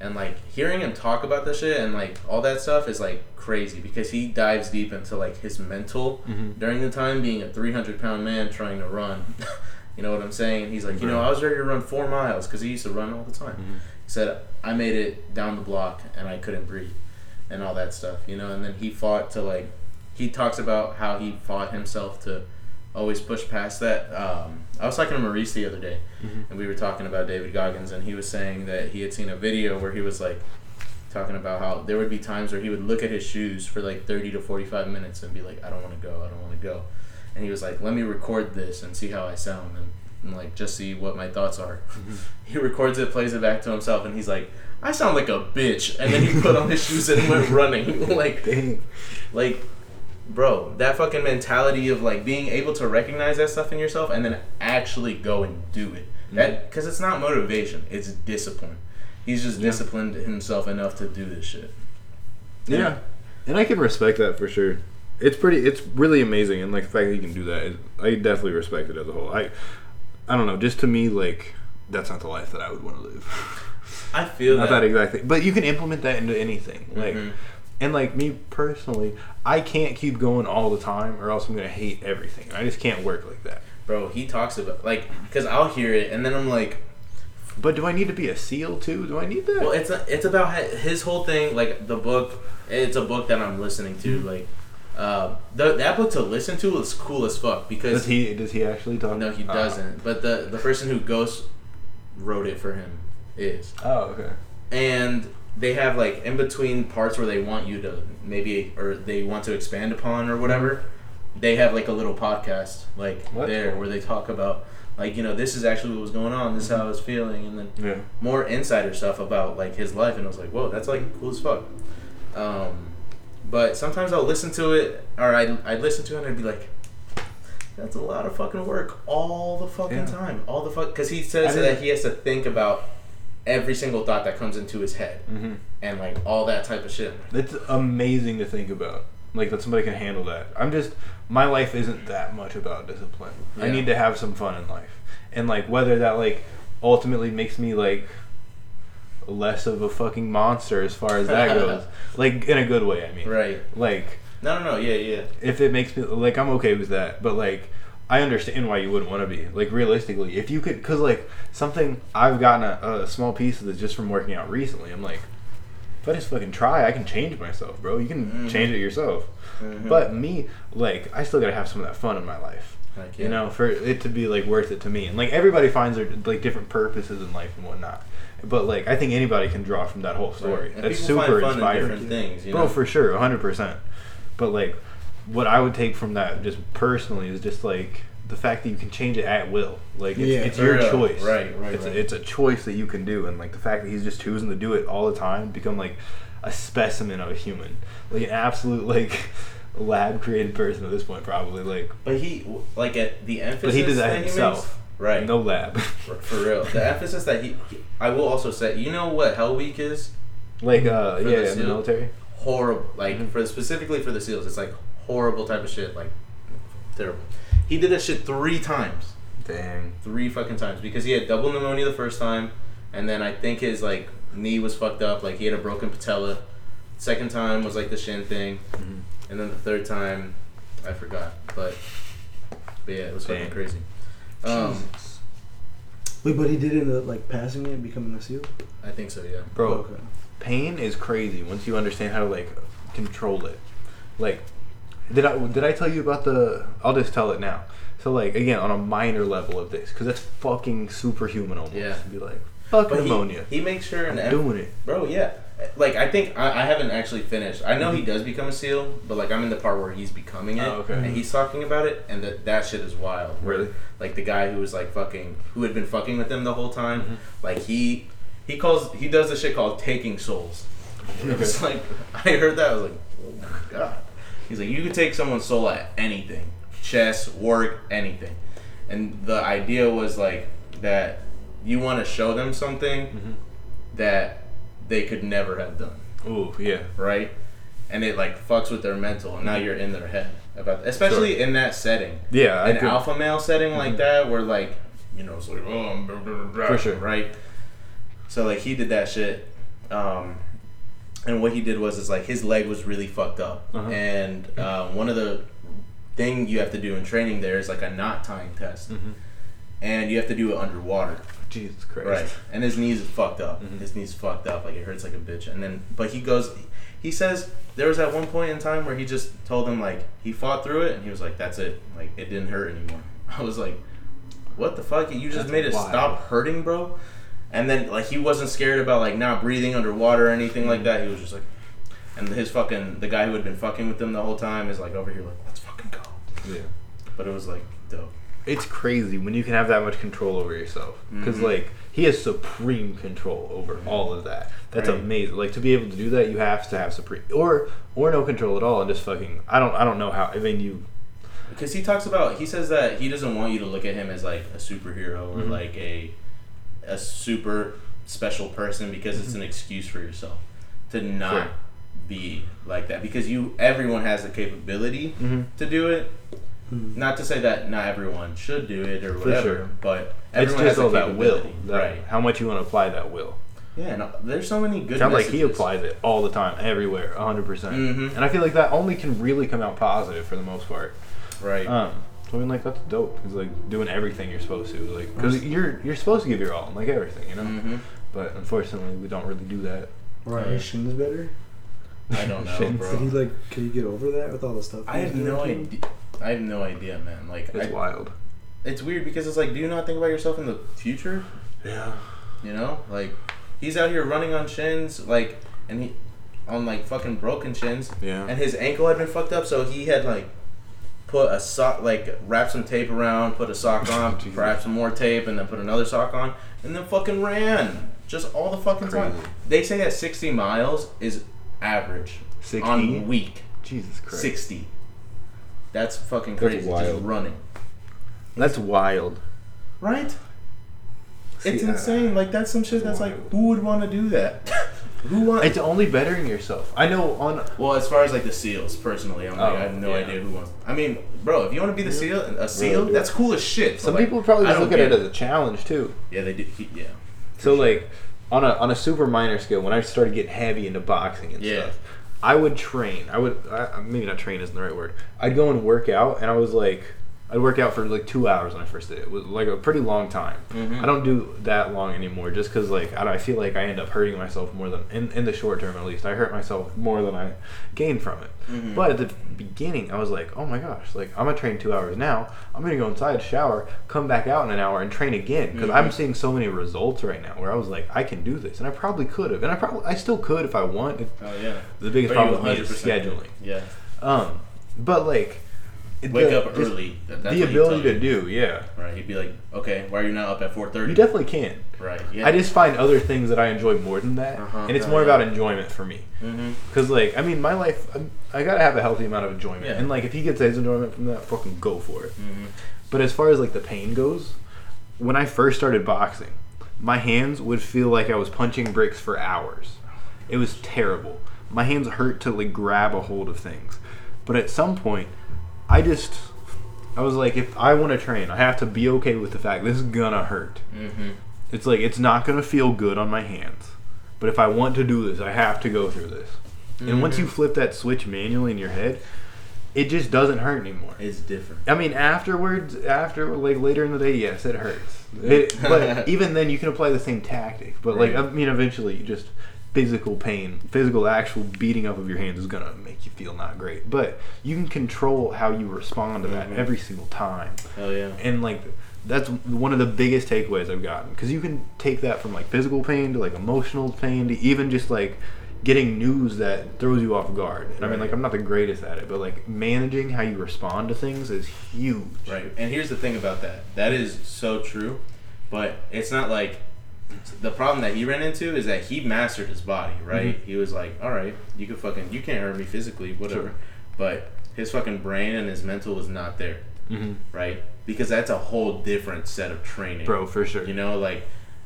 And like hearing him talk about this shit and like all that stuff is like crazy because he dives deep into like his mental Mhm. during the time being a 300 pound man trying to run. you know what I'm saying? He's like, you know, I was ready to run four miles because he used to run all the time. Mhm. He said, I made it down the block and I couldn't breathe and all that stuff, you know. And then he fought to like, he talks about how he fought himself to always push past that. Um, I was talking to Maurice the other day Mhm. and we were talking about David Goggins and he was saying that he had seen a video where he was like, talking about how there would be times where he would look at his shoes for like 30 to 45 minutes and be like, I don't want to go, I don't want to go. And he was like, let me record this and see how I sound and, and like just see what my thoughts are. he records it, plays it back to himself, and he's like, I sound like a bitch. And then he put on his shoes and went running. like, Dang. like, bro, that fucking mentality of like being able to recognize that stuff in yourself and then actually go and do it. That because it's not motivation; it's discipline. He's just disciplined himself enough to do this shit. Yeah. Yeah. And I can respect that for sure. It's pretty it's really amazing and like the fact that you can do that is, I definitely respect it as a whole. I I don't know, just to me like that's not the life that I would want to live. I feel not that. that e- exact thing. But you can implement that into anything. Like Mhm. and like me personally, I can't keep going all the time or else I'm going to hate everything. I just can't work like that. bro. He talks about like because I'll hear it and then I'm like, But do I need to be a seal too? Do I need that? well, it's a, it's about hi- his whole thing. Like the book, it's a book that I'm listening to. Like, uh, th- that book to listen to is cool as fuck because does he does he actually talk? No, he Oh. doesn't. But the the person who ghost wrote it for him is, Oh, okay. and they have like in between parts where they want you to maybe or they want to expand upon or whatever. They have like a little podcast like What? there where they talk about like you know this is actually what was going on. This is how I was feeling, and then Yeah. more insider stuff about like his life, and I was like, whoa, that's like cool as fuck. Um, but sometimes I'll listen to it, or I I listen to it and I'd be like, that's a lot of fucking work all the fucking Yeah. time, all the fuck, because he I says didn't- that he has to think about every single thought that comes into his head Mhm. and like all that type of shit. That's amazing to think about. Like that somebody can handle that. I'm just my life isn't that much about discipline. I Yeah. need to have some fun in life. And like whether that like ultimately makes me like less of a fucking monster as far as that goes. like in a good way, I mean. Right? Like No, no, no. Yeah, yeah. if it makes me like I'm okay with that, but like I understand why you wouldn't want to be like realistically if you could because like something I've gotten a, a small piece of this just from working out recently. I'm like, if I just fucking try, I can change myself, bro. You can Mhm. change it yourself. Mhm. But me, like, I still gotta have some of that fun in my life. Like, You know, for it to be like worth it to me, and like everybody finds their like different purposes in life and whatnot. But like, I think anybody can draw from that whole story. And That's people find super fun in inspiring different things, you bro know? Oh, for sure 100% but like what i would take from that just personally is just like the fact that you can change it at will like it's, Yeah. it's your Yeah, choice right, right, it's, right. it's a choice that you can do and like the fact that he's just choosing to do it all the time become like a specimen of a human like an absolute like lab created person at this point probably like But he like at the emphasis. but he did that makes- himself right? no lab For real, the emphasis that he, he- I will also say, you know what Hell Week is like uh the yeah in the suit. military horrible. Like Mm-hmm. for specifically for the SEALs, it's like horrible type of shit. Like terrible. He did that shit three times. Dang. three fucking times because he had double pneumonia the first time, and then I think his like knee was fucked up, like he had a broken patella. Second time was like the shin thing, Mhm. and then the third time, I forgot, but, but yeah, it was fucking Dang. crazy. Um, Wait, but he did end up like passing it and becoming a seal. I think so, yeah. Bro, Okay. pain is crazy once you understand how to like control it. Like, did I did I tell you about the? I'll just tell it now. So like again on a minor level of this because that's fucking superhuman almost. Yeah. Be like fuck But he- pneumonia. He, makes sure I'm and doing it. bro, yeah. Like I think I, I haven't actually finished. I know he does become a seal, but like I'm in the part where he's becoming it, Mm-hmm. Oh, okay. and he's talking about it, and that that shit is wild. Really? like the guy who was like fucking who had been fucking with them the whole time like he he calls he does this shit called taking souls it was like i heard that i was like oh my god he's like you could take someone's soul at anything chess work anything and the idea was like that you want to show them something that they could never have done Ooh yeah. right and it like fucks with their mental and now you're in their head about especially in that setting Yeah. I an could- alpha male setting like that where like you know it's like oh I'm blah, blah, blah, blah, For sure. right so like he did that shit um and what he did was is like his leg was really fucked up Uh-huh. and uh, one of the thing you have to do in training there is like a knot tying test Mm-hmm. and you have to do it underwater Jesus Christ. Right. And his knees is fucked up. Mm-hmm. His knees fucked up. Like it hurts like a bitch. And then, but he goes, he says there was at one point in time where he just told him like he fought through it and he was like, that's it. Like it didn't hurt anymore. I was like, what the fuck? You just That's made it wild. stop hurting, bro. And then like he wasn't scared about like not breathing underwater or anything Mm-hmm. like that. He was just like, and his fucking the guy who had been fucking with him the whole time is like over here like let's fucking go. Yeah. But it was like dope. It's crazy when you can have that much control over yourself. Because Mhm. like he has supreme control over all of that. That's Mm-hmm. Right. amazing. Like to be able to do that, you have to have supreme or or no control at all and just fucking. I don't I don't know how. I mean you Because he talks about, he says that he doesn't want you to look at him as like a superhero or Mhm. like a a super special person because it's an excuse for yourself to not Mm-hmm. Sure. be like that. Because you, everyone has the capability Mhm. to do it. Mhm. Not to say that not everyone should do it or Mm-hmm. For whatever, sure. but It's everyone just has all the that will, capability, that- right? How much you want to apply that will. Yeah, and uh, there's so many good. Sounds like he messages. applies it all the time, everywhere, 100%. percent Mhm. And I feel like that only can really come out positive for the most part. right? Um, so I mean, like that's dope. It's like doing everything you're supposed to, like because Mm-hmm. you're you're supposed to give your all, like everything, you know. hmm But unfortunately, we don't really do that. Right. His shin is better. I don't know, Shit. Did he bro. like? Could he get over that with all the stuff? I he have was doing no to him? idea. I have no idea, man. Like, It's I, wild. it's weird because it's like, do you not think about yourself in the future? Yeah. You know, like he's out here running on shins, like, and he on like fucking broken shins, Yeah. and his ankle had been fucked up, so he had like put a sock, like wrap some tape around, put a sock on, Jesus. wrap some more tape, and then put another sock on, and then fucking ran just all the fucking time. Crazy. They say that sixty miles is average 60? on week Jesus Christ. sixty. That's fucking That's crazy. wild. Just running, That's wild. right? it's See, I- insane. Like that's some shit. That's like wild. uh, who would want to do that? who want? It's only bettering yourself. I know on Well, as far as like the seals, personally, I'm like Oh, I have no yeah. idea who wants. I mean, bro, if you want to be the seal, a seal, Right. that's cool as shit. but, some like, people probably I just don't look at get it as a challenge too. yeah, they do. He, yeah, So like on a on a super minor scale, when I started getting heavy into boxing and Yeah. stuff, I would train. I would I, maybe not train isn't the right word. I'd go and work out, and I was like, I'd work out for like two hours when I first did it. It was like a pretty long time. Mhm. I don't do that long anymore, just because like I, don't, I feel like I end up hurting myself more than in in the short term at least. I hurt myself more than I gain from it. But at the beginning, I was like, oh my gosh, like I'm gonna train two hours now. I'm gonna go inside, shower, come back out in an hour, and train again because I'm seeing so many results right now where I was like, I can do this, and I probably could have, and I probably I still could if I want. If, oh yeah. the biggest But you problem with me is 100% scheduling. Yeah, Um, but like, wake the- up just early. That, that's The what he'd tell ability to you, do, yeah, Right, he'd be like, okay, why are you not up at four you thirty? definitely can. Right. Yeah. I just find other things that I enjoy more than that, Uh-huh. and it's Oh, more yeah. about enjoyment for me. hmm Cause like I mean, my life, I'm, I gotta have a healthy amount of enjoyment, Yeah. and like if he gets his enjoyment from that, fucking go for it. hmm But as far as like the pain goes, when I first started boxing, my hands would feel like I was punching bricks for hours. It was terrible. My hands hurt to like grab a hold of things. But at some point, I just I was like, if I want to train, I have to be okay with the fact this is gonna hurt. Mm-hmm. It's like it's not gonna feel good on my hands, but if I want to do this, I have to go through this. And once you flip that switch manually in your head, it just doesn't hurt anymore. It's different. I mean, afterwards, after like later in the day, yes, it hurts. It, but even then, you can apply the same tactic. But like, I Right. mean, eventually, you just physical pain, physical actual beating up of your hands is gonna make you feel not great. But you can control how you respond to that Mhm. every single time. Hell yeah. And like, that's one of the biggest takeaways I've gotten because you can take that from like physical pain to like emotional pain to even just like getting news that throws you off guard. And I mean, Right. like, I'm not the greatest at it, but like managing how you respond to things is huge. Right. And here's the thing about that. That is so true, but it's not like the problem that he ran into is that he mastered his body, right? Mm-hmm. He was like, "All right, you can fucking you can't hurt me physically, whatever." Sure. But his fucking brain and his mental was not there, Mm-hmm. right? Because that's a whole different set of training. Bro, for sure. You know, like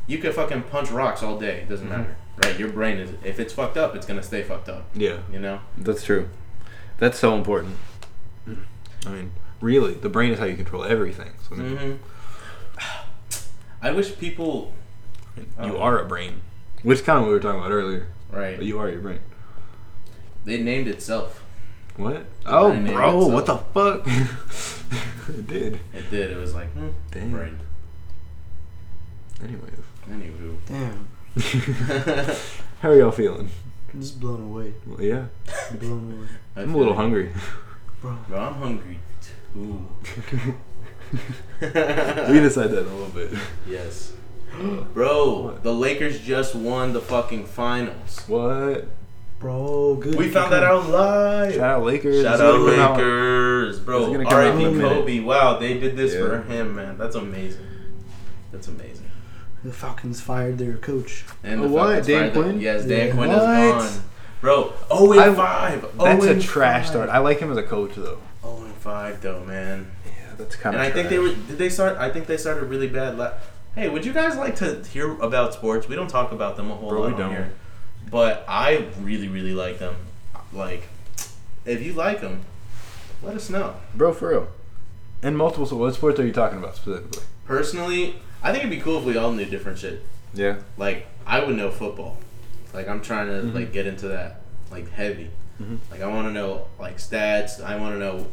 you could fucking punch rocks all day, it doesn't Mm-hmm. matter. Right? Your brain is if it's fucked up, it's going to stay fucked up, Yeah, you know? that's true. That's so important. I mean, really, the brain is how you control everything. So, I mean, Mhm. I wish people You Oh. are a brain, which is kind of what we were talking about earlier. right. But you are your brain. They named itself. What? Oh, brain named bro, what the fuck? it did. It did. It was like, hmm, Damn. brain. Anyways, Anywho. Damn, how are y'all feeling? I'm just blown away. Well, yeah, Blown away, I'm a little hungry. bro. Bro, I'm hungry too. we decide that in a little bit. yes. Bro, the Lakers just won the fucking finals. What? Bro, good. We found that out live. Shout out Lakers. Shout It's out gonna come Lakers, It's bro. gonna come out R.I.P. in a minute. Kobe. Wow, they did this Yeah. for him, man. That's amazing. That's amazing. The Falcons fired their coach. And Oh, what? Falcons Dan fired them. Quinn? Yes, Dan Yeah. Quinn What? is gone, bro. Oh I- and five. That's oh a and trash five. start. I like him as a coach though. Oh and five, though, man. Yeah, that's kind and of. I think they were. Did they start? I think they started really bad. La- hey, would you guys like to hear about sports? We don't talk about them a whole Bro, lot we on don't. here, but I really, really like them. Like, if you like them, let us know. Bro, for real. And multiple. So what sports are you talking about specifically? Personally, I think it'd be cool if we all knew different shit. Yeah. Like, I would know football. Like, I'm trying to Mm-hmm. like get into that like heavy. Mhm. Like, I want to know like stats. I want to know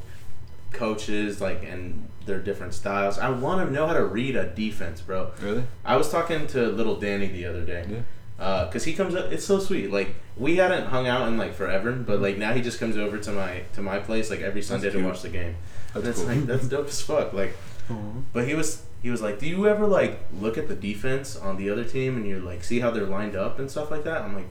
coaches like and their different styles. I want to know how to read a defense, bro. Really? I was talking to little Danny the other day. Yeah. Uh, Cause he comes up, it's so sweet. Like we hadn't hung out in like forever, but like now he just comes over to my to my place like every Sunday to cute. watch the game. That's and it's cool. like that's dope as fuck. Like, Aw. but he was he was like, do you ever like look at the defense on the other team and you like see how they're lined up and stuff like that? I'm like,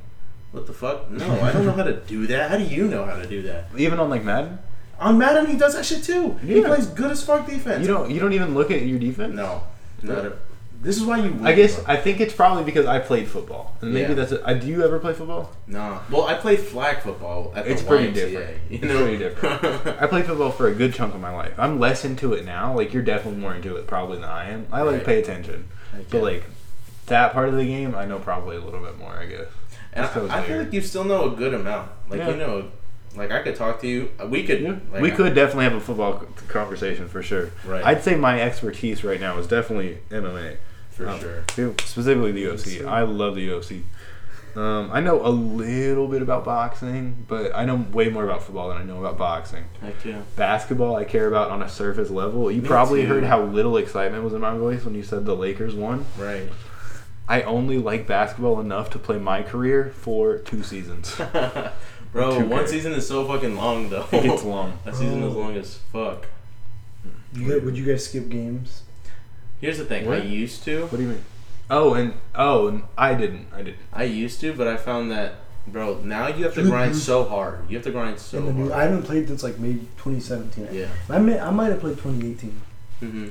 what the fuck? No, I don't know how to do that. How do you know how to do that? Even on like Madden, On Madden, he does that shit too. He Yeah. plays good as fuck defense. you don't you don't even look at your defense. No, not a, this is why you. I win, guess bro. I think it's probably because I played football, and maybe Yeah. that's. It. I do you ever play football? Nah. Well, I played flag football at the It's pretty YMCA, different. You It's know? pretty different. I played football for a good chunk of my life. I'm less into it now. Like you're definitely more into it probably than I am. I like Right. pay attention, but like that part of the game, I know probably a little bit more. I guess. and that was I, I feel weird. like you still know a good amount. Like Yeah. you know, like I could talk to you. We could. Like, we could definitely have a football c- conversation for sure. Right. I'd say my expertise right now is definitely MMA. for Um, sure. Specifically the UFC. I love the UFC. Um, I know a little bit about boxing, but I know way more about football than I know about boxing. Heck yeah. Basketball, I care about on a surface level. You probably too. heard how little excitement was in my voice when you said the Lakers won. Right. I only like basketball enough to play my career for two seasons. Bro, 2K. one season is so fucking long though. it gets long. That season Bro. is long as fuck. You guys, would you guys skip games? Here's the thing. I What? used to. What do you mean? Oh, and oh, and I didn't. I didn't. I used to, but I found that, bro. Now you have to Dude, grind dude. so hard. You have to grind so In the new, hard. I haven't played since like maybe 2017. yeah. I may, I might have played 2018. hmm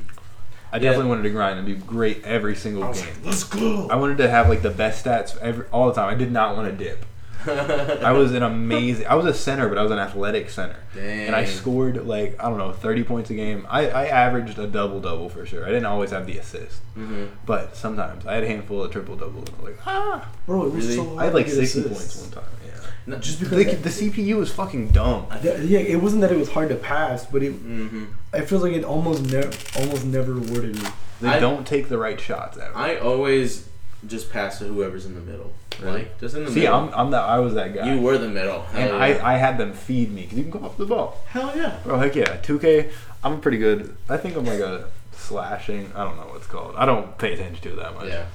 I Yeah. definitely wanted to grind and do great every single I was game. like, let's go. I wanted to have like the best stats every all the time. I did not want to dip. I was an amazing. I was a center, but I was an athletic center, Dang. and I scored like I don't know, thirty points a game. I, I averaged a double double for sure. I didn't always have the assist, Mhm. but sometimes I had a handful of triple doubles. And I was like, ah, Bro, it was Really? so hard. I had like to get sixty assists. points one time. Yeah, No, Just because the, the CPU is fucking dumb. That- yeah, it wasn't that it was hard to pass, but it hmm I feel like it almost never almost never rewarded me. They I- don't take the right shots ever. I always just pass to whoever's in the middle. Really? Like just in the See, middle. I'm, I'm that I was that guy. you were the middle. and Hell yeah. I, I had them feed me because you can go off the ball. Hell yeah. Oh heck yeah, 2K. I'm pretty good. I think I'm like a slashing. I don't know what's called. I don't pay attention to it that much. yeah.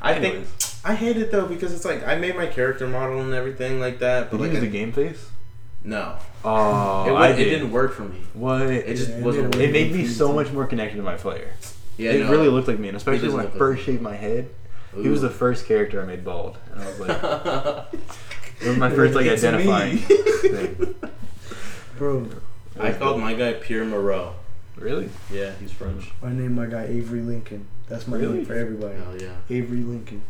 I Anyways, think I hate it though because it's like I made my character model and everything like that, but did you like use I- the game face? No, Oh, it, I would, it did. didn't work for me. What? It It, just Yeah, it wasn't. didn't working. made me so much more connected to my player. Yeah, it no. really looked like me, and especially doesn't when I look like first me. shaved my head. He was Ooh. the first character I made bald, and I was like, I it was my first like It's me. identifying thing. Bro, called my guy Pierre Moreau. Really? Yeah, he's French. I named my guy Avery Lincoln. That's my Really? name for everybody. Hell yeah. Avery Lincoln.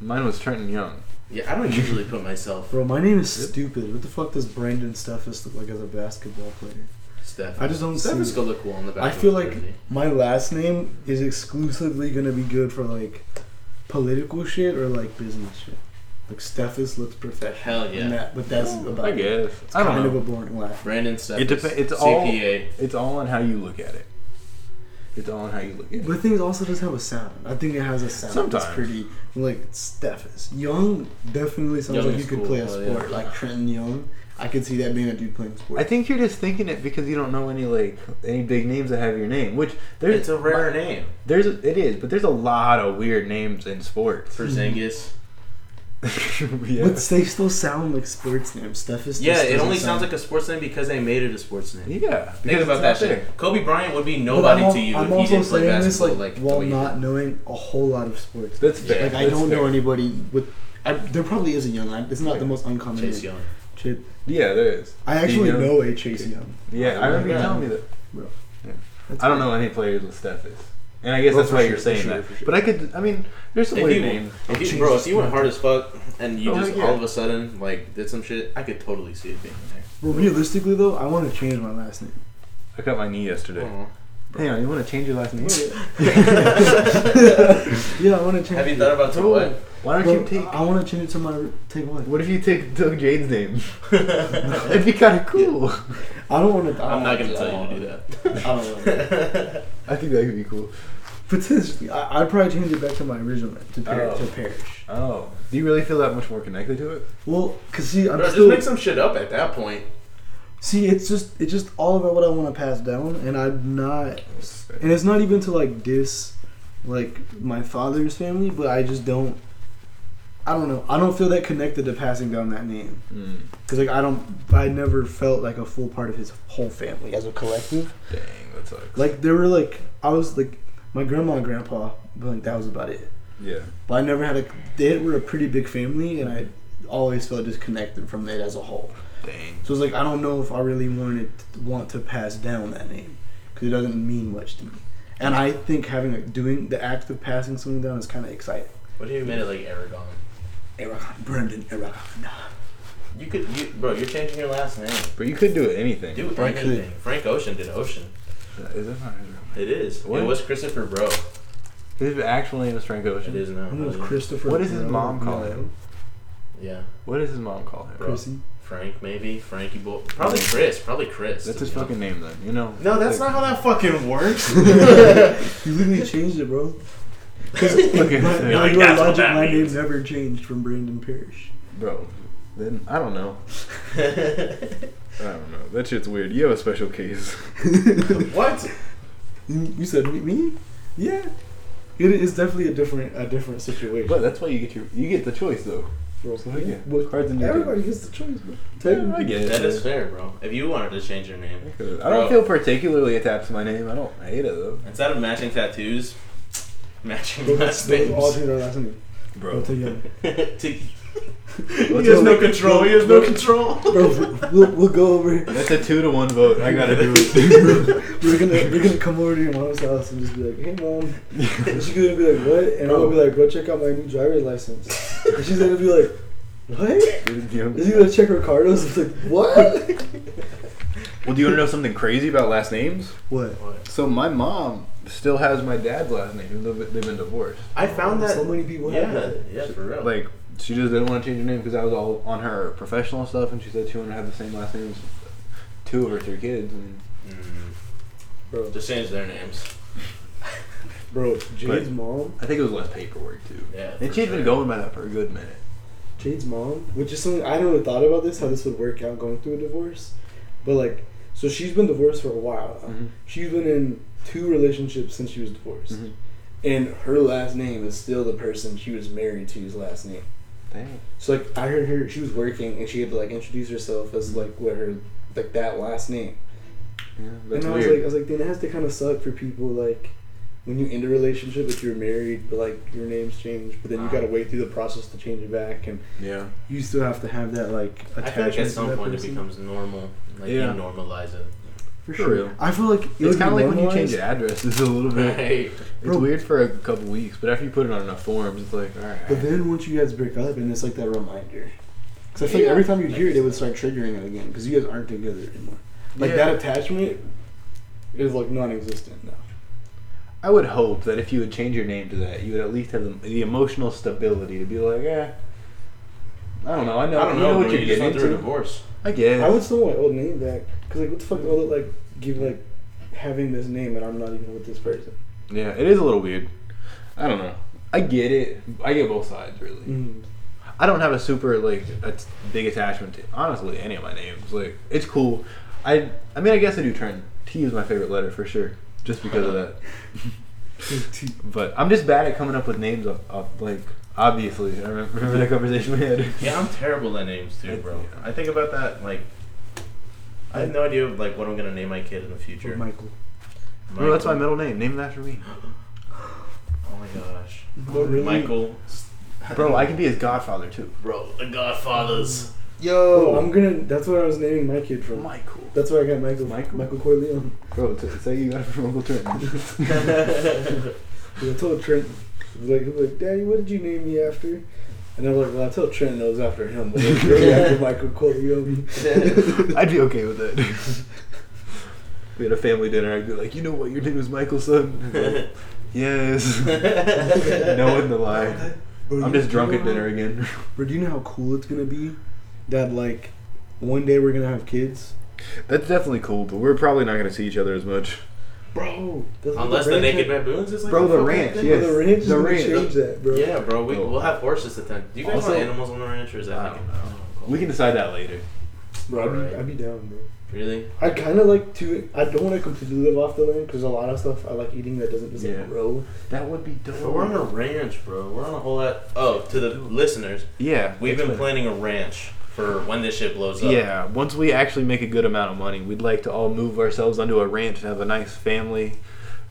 Mine was Trenton Young. Yeah, I don't usually put myself. Bro, my name is stupid. What the fuck does Brandon Steffes look like as a basketball player? Steph. I just don't see Steph it. gonna look cool on the back. I of feel the like jersey. my last name is exclusively gonna be good for like political shit or like business shit. Like Steffes looks professional. Hell And yeah. that, but that's about Oh, I it. guess. It's I kind don't of a know. boring laugh. Brandon Steph. It depa- it's all- CPA. It's all on how you look at it. It's all on how you look at it. But the thing also does have a sound. I think it has a sound. Sometimes. It's pretty like Steffes. Young definitely sounds Young like is you could cool. play a Hell yeah. sport. Like Trenton Young. I could see that being a dude playing sport. I think you're just thinking it because you don't know any like any big names that have your name, which there's It's a rare name. There's it is, but there's a lot of weird names in sports. Porzingis. yeah. But they still sound like sports names. Steffes. Yeah, it only sounds like a sports name because they made it a sports name. yeah. Think because about it's that not shit. there. Kobe Bryant would be nobody to you I'm if he also didn't play saying this basketball. like, Like, while the way he not did. knowing a whole lot of sports. That's Yeah. fair. like I That's don't know fair. anybody with. I, there probably is a young. I, it's not the most uncommon. Chase name. Young. Chase- Yeah, there is. I actually Young. know a Chase Young. Yeah, I remember you Yeah. telling me that. Bro. Yeah. That's I don't weird. know any players with Steffes, and I guess Well, that's for why sure, you're for saying sure, that. for sure. But I could. I mean, there's some If weird you, names. if you, Jesus. bro, if you went hard as fuck and you Oh, just yeah. all of a sudden like did some shit, I could totally see it being there. Well, realistically though, I want to change my last name. I cut my knee yesterday. Aw. Hang on, you want to change your last name? Yeah, I want to change. Have you it. thought about Bro, Kawhi? Why bro, don't you take? I want to change it to my take what? What if you take Doug Jade's name? That'd be kind of cool. I don't want to. I'm not gonna tell you to do I don't want to. that. I think that could be cool. Potentially, I, I'd probably change it back to my original name to, par- Oh. to Parrish. Oh, do you really feel that much more connected to it? Well, cause see, I'm Bro, just still make some shit up at that point. see. It's just it's just all about what I want to pass down, and I'm not. And it's not even to like diss, like my father's family, but I just don't. I don't know. I don't feel that connected to passing down that name Mm, because like I don't. I never felt like a full part of his whole family as a collective. dang, that sucks. Like there were like I was like my grandma and grandpa, but like that was about it. yeah, But I never had a. They were a pretty big family, and I always felt disconnected from it as a whole. dang. So it's like I don't know if I really wanted want to pass down that name because it doesn't mean much to me. And I think having a, doing the act of passing something down is kind of exciting. What do you mean it like Aragon? Aragon, Brendan Aragon. You could, you, bro. You're changing your last name. But you could do it anything. Do I could. anything. Frank Ocean did Ocean. Is that not his real It is. What? It was Christopher Bro. name? His actual name is Frank It Ocean. is My now. name is Yeah. Christopher. Uh, What does his Brown. mom call him? Yeah. What does his mom call him? Bro. Chrissy. Frank, maybe. Frankie Boy. Probably Chris. Probably Chris. That's to his be fucking name, then. You know. No, that's not how that fucking works. You literally changed it, bro. Okay, My, so- by like, your "That's what logic, that my name means." never changed from Brandon Parrish. bro. Then I don't know. honest. I don't know. That shit's weird. You have a special case. what? You you said me? me? Yeah. It is definitely a different a different situation. but that's why you get your you get the choice though. bro. So, yeah. Well, Cards and everybody gets the choice, bro. Yeah, I get it. That is man. fair, bro. If you wanted to change your name, I don't Bro. feel particularly attached to my name. I don't hate it though, instead of matching tattoos, matching Bro, let's last let's all names. change our last name. Bro, bro. take it. To- Let's he has go. no control. He has no control. Bro, we'll, we'll go over. That's a two to one vote. I gotta do it. We're gonna we're gonna come over to your mom's house and just be like, "Hey, mom," and she's gonna be like, "What?" And I'm gonna be like, "Go check out my new driver's license." And she's gonna be like, What? Is he well, gonna check Ricardo's? It's like what? do you want to know something crazy about last names? what? What? So my mom still has my dad's last name. even though They've been divorced. I found that. so many people have yeah, that. yeah, for real. Like she just didn't want to change her name because I was all on her professional stuff, and she said she wanted to have the same last name as two of her three kids. And Mm. Bro, Just change their names. bro, Jade's mom. I think it was less paperwork too. Yeah. And for she had been sure. going by that for a good minute. Jade's mom, which is something I never thought about this, how this would work out going through a divorce. But like, so she's been divorced for a while. Mhm. She's been in two relationships since she was divorced. Mhm. And her last name is still the person she was married to's last name. Damn. So like I heard her she was working and she had to like introduce herself as like with her like that last name. Yeah, that's and I was weird. like I was like, then it has to kinda suck for people like when you end a relationship but you're married but like your name's changed but then you gotta wait through the process to change it back and yeah. you still have to have that like I attachment feel like at to some that point person. it becomes normal. Like Yeah. you normalize it. For For sure. real. I feel like It's kind of like when you change address. It's a little bit. Right. It's weird for a couple weeks, but after you put it on enough forms, it's like all right. But then once you guys break up, and it's like that reminder. Because I feel like every time you hear it, it would start triggering it again. Because you guys aren't together anymore. Like Yeah. that attachment is like non-existent now. I would hope that if you would change your name to that, you would at least have the, the emotional stability to be like, eh, I don't know, I know, I don't you know, what bro. you're You just getting went through a into. divorce. I guess. I would still want my old name back. Because like, what the fuck all it like give like having this name and I'm not even with this person. yeah, it is a little weird. I don't know. I get it. I get both sides really. Mm-hmm. I don't have a super like a t- big attachment to honestly any of my names. Like it's cool. I I mean I guess I do turn T is my favorite letter for sure, just because of that. But I'm just bad at coming up with names of, of like obviously. I remember, remember that conversation we had. Yeah, I'm terrible at names too, bro. Yeah. I think about that like I have no idea of like what I'm gonna name my kid in the future. Michael. Bro, that's my Michael. middle name. Name it after me. Oh my gosh. But really, Michael Bro, I can be his godfather too. Bro, the Godfathers. Bro, oh, I'm gonna. That's what I was naming my kid from. Michael. That's where I got Michael. Michael? Michael Corleone. Bro, t- say you got it from Uncle Trenton. I told Trent, like, he was like, Daddy, what did you name me after? And I'm like, well, I told Trent it was after him, but it was really after Michael Corleone. I'd be okay with that. we had a family dinner. I'd be like, you know what? Your name is Michael, son. Like, yes. no one to lie. Bro, I'm you- just drunk you at know dinner how- again. Bro, do you know how cool it's gonna be that like one day we're gonna have kids? That's definitely cool, but we're probably not gonna see each other as much. Bro, that's like Unless the ranch naked had- baboons is like Bro, a the fucking ranch, thing. yes. Bro, the ranch is The gonna ranch. change that, bro. Yeah, bro, we, Bro. we'll have horses at that. Do you guys Also- want animals on the ranch or is that I like don't know. We can decide that later. bro, I'd be, Alright. I'd be down, bro. Really? I kind of like to. I don't want to completely live off the land because a lot of stuff I like eating that doesn't just Yeah. like grow. That would be Bro, we're on a ranch, bro. We're on a whole lot. Oh, to the listeners, Yeah, we've been that's what- planning a ranch for when this shit blows up. Yeah, once we actually make a good amount of money, we'd like to all move ourselves onto a ranch and have a nice family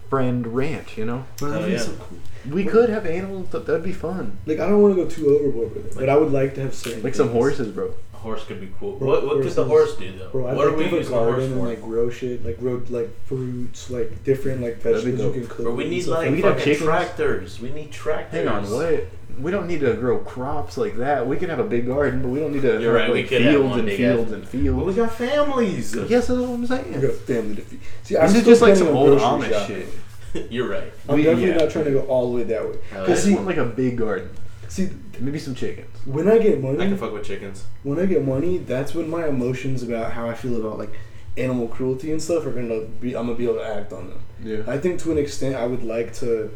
friend ranch. You know, Bro, that'd Oh, be yeah. so cool. we could have animals. That would be fun. Like I don't want to go too overboard with it, but Like- I would like to have certain Like some things. horses, bro. A horse could be cool. Bro, what what could the horses- horse do though? Bro, I'd what like to have a the garden and like grow shit, like grow like fruits, like different like That'd be vegetables you dope. can cook. Bro, we and need stuff. like We could have fucking chickens. tractors. We need tractors. Hang on, what? We don't need to grow crops like that. We can have a big garden, but we don't need to You're have right, we like could have fields one and big fields ass- and Well, we fields. got families. Yes, that's what I'm saying. We got family to feed. See, I'm This is still just like some planning on old grocery Amish shopping. shit. You're right. I'm We- definitely yeah. not trying to go all the way that way. Hell I yeah. just want like a big garden, See, maybe some chickens. when I get I can money, fuck with chickens. when I get money, that's when my emotions about how I feel about like animal cruelty and stuff are gonna be. I'm gonna be able to act on them. Yeah. I think to an extent I would like to,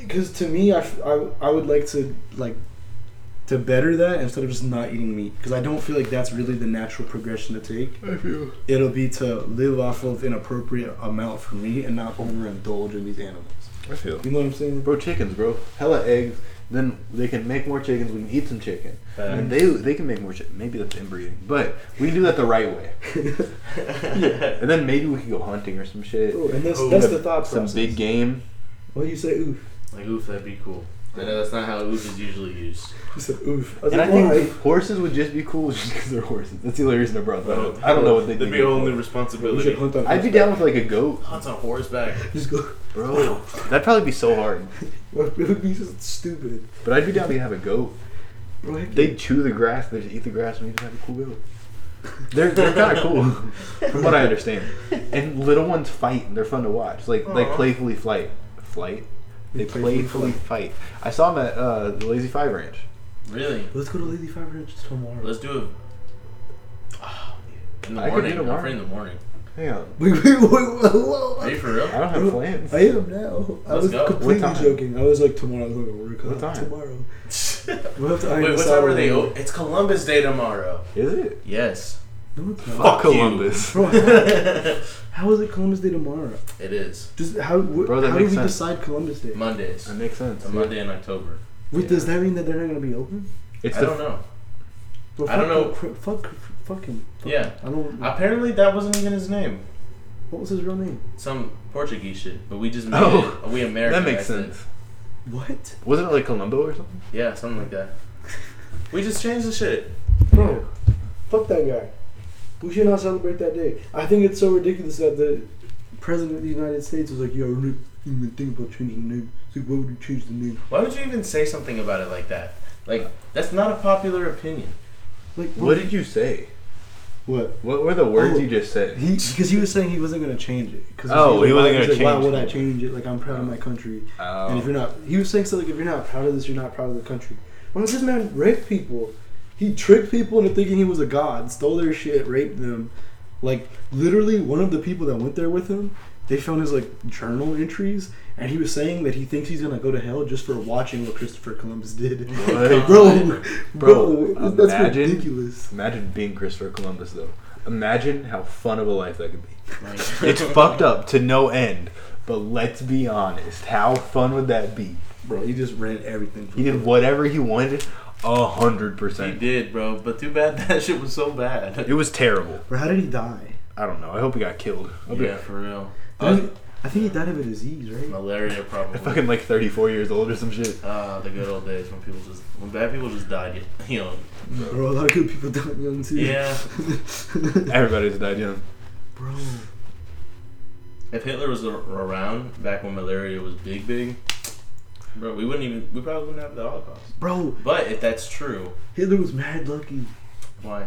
because to me I, f- I, I would like to like to better that instead of just not eating meat because I don't feel like that's really the natural progression to take. I feel. It'll be to live off of an appropriate amount for me and not overindulge in these animals. I feel. You know what I'm saying? Bro, chickens, bro. Hella eggs. Then they can make more chickens. We can eat some chicken. And they they can make more chicken. Maybe that's inbreeding, but we can do that the right way. And then maybe we can go hunting or some shit. Bro, and that's Oh, that's Have the thought Some process. big game. Well, you say oof. like oof, that'd be cool. I know that's not how oof is usually used. You said oof. I was And I like, think "Why?" horses would just be cool just because they're horses. That's the only reason I brought that up. I don't know what they'd That'd be. be a whole new for. we should responsibility. hunt on. I'd be horseback. down with like a goat, Hunts on horseback. Just go. bro. That'd probably be so hard. It would be just stupid. But I'd be down to have a goat. Bro, heck They chew the grass. They just eat the grass and they just have a cool go. They're they're kind of cool, from what I understand. And little ones fight and they're fun to watch. Like like Aw. playfully flight flight. They Playfully playfully fight. I saw them at uh, the Lazy Five Ranch. Really? Let's go to Lazy Five Ranch tomorrow. Let's do it. Ah, in the I could do morning. I'm tomorrow. free in the morning. Hang on, Wait, wait, wait, wait, whoa. Are you for I real? don't have plans. I am now. I Let's was go. What completely time? joking. I was like, tomorrow. I was like, we're coming What time? tomorrow. Wait, We'll have to iron what this time out are they? later. o- It's Columbus Day tomorrow. Is it? Yes. No, it's not. Fuck Fuck you. Columbus. Bro, how, it how is it Columbus Day tomorrow? is Just how? Wh- Bro, that how do we makes sense. decide Columbus Day? Mondays. That makes sense. A Monday in October. Wait, does yeah. that mean that they're not gonna be open? It's I the don't know. Bro, I don't know. fuck- Fuck, fuck him. Fuck Yeah. him. I don't. mm. Apparently, that wasn't even his name. what was his real name? Some Portuguese shit, but we just made Oh. it. We American. that makes sense. What? Wasn't it like Columbo or something? Yeah, something like that. We just changed the shit. Bro, fuck that guy. We should not celebrate that day. I think it's so ridiculous that the president of the United States was like, "Yo, we're not even think about changing the name." It's like, why would you change the name? Why would you even say something about it like that? Like that's not a popular opinion. Like, What did you say? What? What were the words Oh. you just said? He because he was saying he wasn't gonna change it. 'Cause Oh, was he like, wasn't why- gonna he's like, change Why would I it. change it? Like I'm proud of my country. Oh. And if you're not, he was saying stuff like, if you're not proud of this, you're not proud of the country. When this man raped people, he tricked people into thinking he was a god, stole their shit, raped them. Like literally, one of the people that went there with him, they found his like journal entries, and he was saying that he thinks he's gonna go to hell just for watching what Christopher Columbus did. What? bro, bro, Bro, that's imagine- ridiculous. Imagine being Christopher Columbus, though. Imagine how fun of a life that could be. Like, It's fucked up to no end, but let's be honest. How fun would that be? Bro, he just ran everything. He did whatever he wanted, a hundred He percent. did, bro. But too bad that shit was so bad. It was terrible. Bro, how did he die? I don't know. I hope he got killed. I hope he- Yeah, for real. I Uh, think- I think he died of a disease, right? malaria probably. Fucking like 34 years old or some shit. Ah, the good old days when people just when bad people just died. You know. Bro, a lot of good people died young too. Yeah. Everybody's died young. Bro, If Hitler was a- around back when malaria was big, big, bro, we wouldn't even we probably wouldn't have the Holocaust. bro, But if that's true, Hitler was mad lucky. why?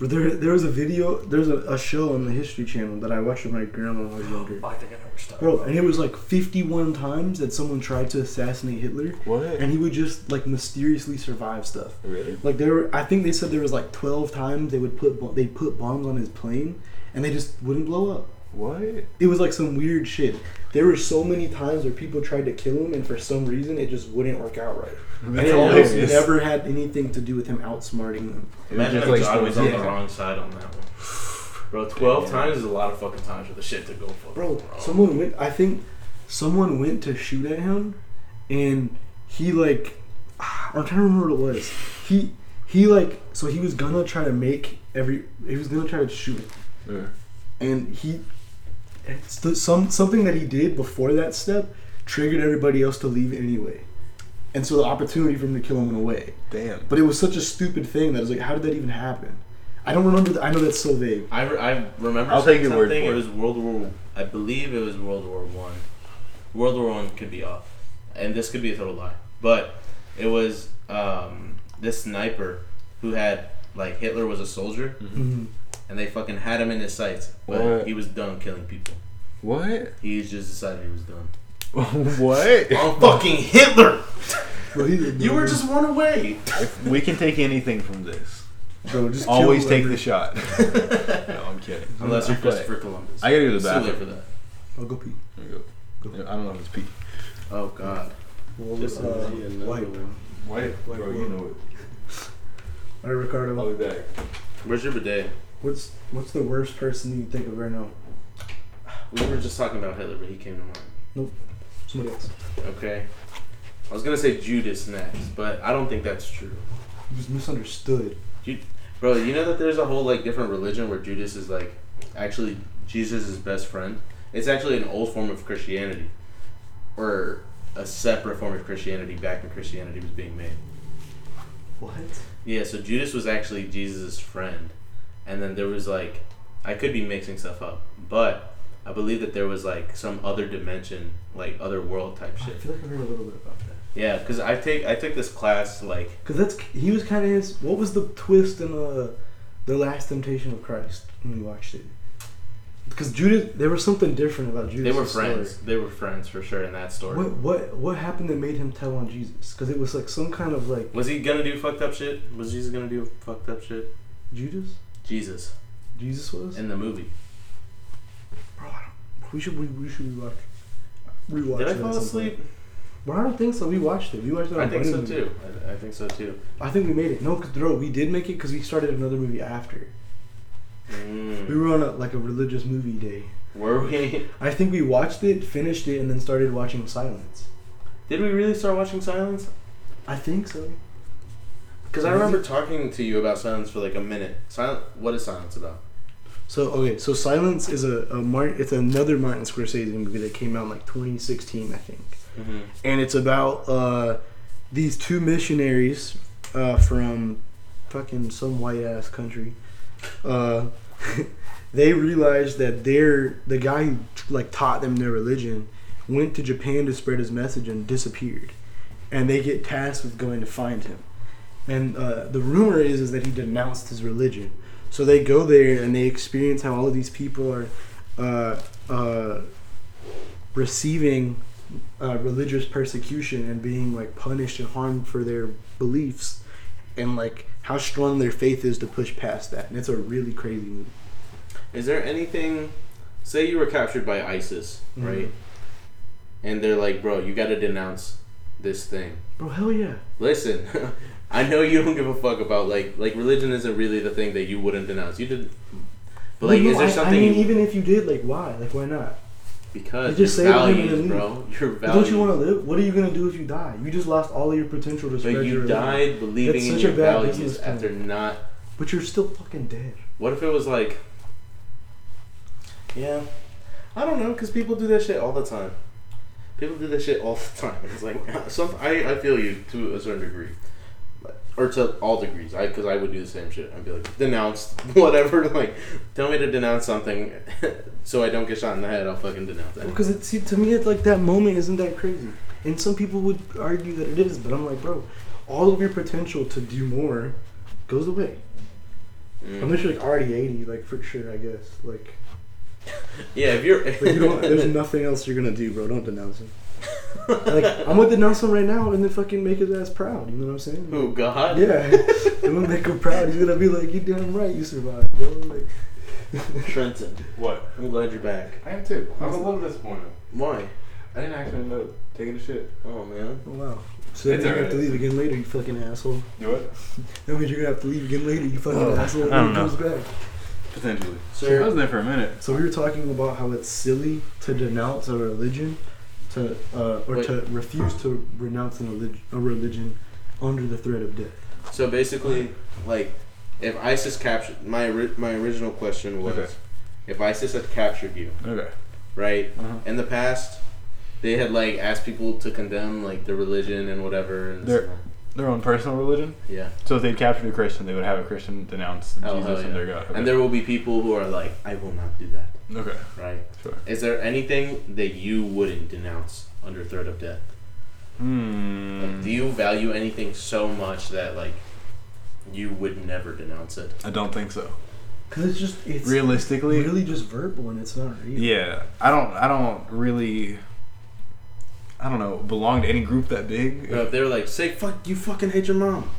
But there, there was a video, there's a, a show on the History Channel that I watched with my grandma when I was younger. I think I never stopped. Bro, and it was like 51 times that someone tried to assassinate Hitler, What? and he would just like mysteriously survive stuff. Really? Like there, were, I think they said there was like 12 times they would put bo- they put bombs on his plane, and they just wouldn't blow up. What? It was like some weird shit. There were so many times where people tried to kill him, and for some reason, it just wouldn't work out right. And That's it almost hilarious. never had anything to do with him outsmarting them. It was Imagine just if like- God was on the yeah. wrong side on that one. Bro, 12 Damn. times is a lot of fucking times for the shit to go fucking Bro, wrong. someone went. I think someone went to shoot at him, and he like, I'm trying to remember what it was. He he like, so he was gonna try to make every. He was gonna try to shoot it, Yeah. and he, it's the- some something that he did before that step triggered everybody else to leave anyway, and so the opportunity for him to kill him went away. Damn. But it was such a stupid thing that I was like, how did that even happen? I don't remember. The, I know that's so vague. I, re- I remember I'll take your word something, for it it. was World War I believe it was World War One. World War One could be off, and this could be a total lie. But it was um, this sniper who had like Hitler was a soldier, Mhm. and they fucking had him in his sights, but Mm-hmm. What? he was done killing people. What? He just decided he was done. what? I'm fucking Hitler. Bro, he didn't You know. were just one away. If we can take anything from this, Bro, just kill always whoever- take the shot. no, I'm kidding. Unless you're But Christopher Columbus. I gotta go to It's the too late for bathroom. that. I'll go pee. Let me go. I don't know if it's pee. Oh God. Well, This uh, is the another wipe. one. Why? Like Bro, you what? know it. All right, Ricardo. I'll be back. Where's your bidet? What's what's the worst person you can think of right now? We were just talking about Hitler, but he came to mind. Somebody else. Okay. I was gonna say Judas next, but I don't think that's true. He was misunderstood. Bro, you know that there's a whole like different religion where Judas is like actually Jesus' best friend? It's actually an old form of Christianity. Or a separate form of Christianity back when Christianity was being made. What? Yeah, so Judas was actually Jesus' friend. And then there was like I could be mixing stuff up, but I believe that there was like some other dimension, like other world type I shit. feel like I heard a little bit about that. Yeah, because I take I took this class like Because that's he was kind of his. What was the twist in uh, the Last Temptation of Christ when we watched it? Because Judas, there was something different about Judas. They were friends. They were friends for sure in that story. What what what happened that made him tell on Jesus? Because it was like some kind of like was he gonna do fucked up shit? Was Jesus gonna do fucked up shit? Judas. Jesus Jesus was. in the movie. Bro, I don't, we should we, we should rewatch. Rewatch. Did I that fall sometime. asleep? Bro, I don't think so. We watched it. We watched it. On I think so Burning Man. too. I, I think so too. I think we made it. No, 'cause, bro, we did make it because we started another movie after. We Mm. were on a, like a religious movie day. Were we? I think we watched it, finished it, and then started watching Silence. Did we really start watching Silence? I think so. Because I remember talking to you about Silence for like a minute. Silence. What is Silence about? So okay, so Silence is a, a Mar- it's another Martin Scorsese movie that came out in like 2016, I think, Mm-hmm. and it's about uh, these two missionaries uh, from fucking some white ass country. Uh, they realized that they're the guy who like taught them their religion went to Japan to spread his message and disappeared, and they get tasked with going to find him. And uh, the rumor is is that he denounced his religion. So they go there and they experience how all of these people are uh, uh, receiving uh, religious persecution and being like punished and harmed for their beliefs, and like how strong their faith is to push past that. And it's a really crazy movie. Is there anything? Say you were captured by ISIS, Mm-hmm. right? And they're like, bro, you gotta denounce this thing. Bro, hell yeah. Listen, I know you don't give a fuck about like like religion isn't really the thing that you wouldn't denounce. You did, but like, Well, is no, there I- something I mean, you- even if you did, like, why? Like, why not? because you just your say what you values, believe. bro? Your But values. Don't you want to live? What are you gonna do if you die? You just lost all of your potential to spread But your you religion. died believing That's in such your a bad values business plan. after not. But you're still fucking dead. What if it was like? Yeah, I don't know, cause people do that shit all the time. People do that shit all the time. It's like some. I, I feel you to a certain degree, or to all degrees. I because I would do the same shit. I'd be like denounce whatever. Like tell me to denounce something, so I don't get shot in the head. I'll fucking denounce it. Because it see to me, it's like that moment isn't that crazy. And some people would argue that it is, but I'm like, bro, all of your potential to do more goes away. Mm. Unless you're like already 80, like for sure, I guess. Like, Yeah, if you're. like you don't, there's nothing else you're gonna do, bro. Don't denounce him. Like, I'm gonna denounce him right now and then fucking make his ass proud. You know what I'm saying? oh God. Yeah, I'm gonna make him proud. He's gonna be like, "You damn right, you survived, bro." Like, oh, Trenton, what? I'm glad you're back. I am too. I'm a little disappointed. Why? I didn't actually end up taking a shit. Oh man. oh, wow. So then It's you're gonna alright. have to leave again later, you fucking asshole. Do it? That means you're gonna have to leave again later, you fucking Oh, asshole. I When don't he know. comes back. Potentially. Sir. I was there for a minute. So we were talking about how it's silly to denounce a religion, to uh, or Wait. to refuse to renounce an relig- a religion under the threat of death. So basically, like, if ISIS captured my ori- my original question was, Okay. if ISIS had captured you, Okay. right? Uh-huh. In the past, they had like asked people to condemn like their religion and whatever. And Their- Their own personal religion. yeah, So if they'd captured a Christian, they would have a Christian denounce Oh, Jesus hell yeah. and their God. and there will be people who are like, I will not do that, okay. right? Sure. Is there anything that you wouldn't denounce under threat of death? Like, Hmm. do you value anything so much that like you would never denounce it? I don't think so. Cause it's just it's Realistically, really just verbal and it's not real. yeah. I don't. I don't really. I don't know. Belong to any group that big? No, if they were like, say fuck, you fucking hate your mom.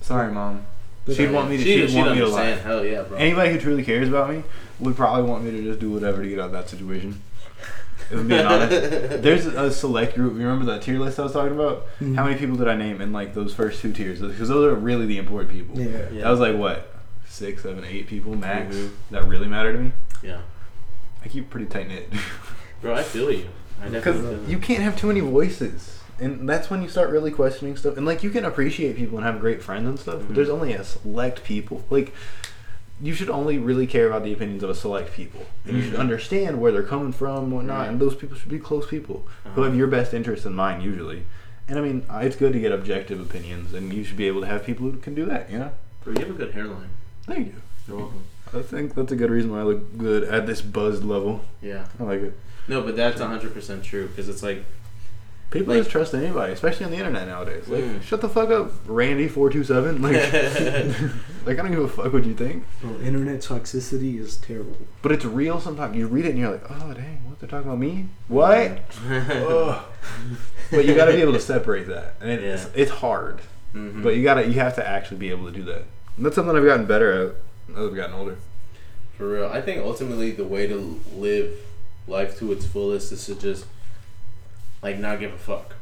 Sorry, mom. But she'd I- want me to. She, She'd, she'd want me to understand. lie. Hell yeah, bro. Anybody who truly cares about me would probably want me to just do whatever to get out of that situation. If I'm being honest, there's a select group. You remember that tier list I was talking about? Mhm. How many people did I name in like those first two tiers? Because those are really the important people. Yeah. Yeah. That was like what six, seven, eight people max Mhm. that really matter to me. Yeah. I keep pretty tight knit Bro, I feel you. I definitely feel because you can't have too many voices, and that's when you start really questioning stuff. And like you can appreciate people and have great friends and stuff. But there's only a select people. Like you should only really care about the opinions of a select people, and you should understand where they're coming from, whatnot. And those people should be close people who have your best interests in mind usually. And I mean, it's good to get objective opinions, and you should be able to have people who can do that. You know, Bro, you have a good hairline. thank you. You're welcome. I think that's a good reason why I look good at this buzzed level. Yeah. I like it. No, but that's 100% true because it's like People Like- just trust anybody, especially on the internet nowadays. Like, Mm. shut the fuck up, Randy four two seven. Like, like I don't give a fuck what you think. Bro, internet toxicity is terrible. But it's real sometimes. You read it and you're like, oh dang, what they're talking about me? What? Ugh. but you got to be able to separate that, and it, it's it's hard. Mhm. But you gotta you have to actually be able to do that. And that's something I've gotten better at as I've gotten older. For real, I think ultimately the way to live life to its fullest is to just like not give a fuck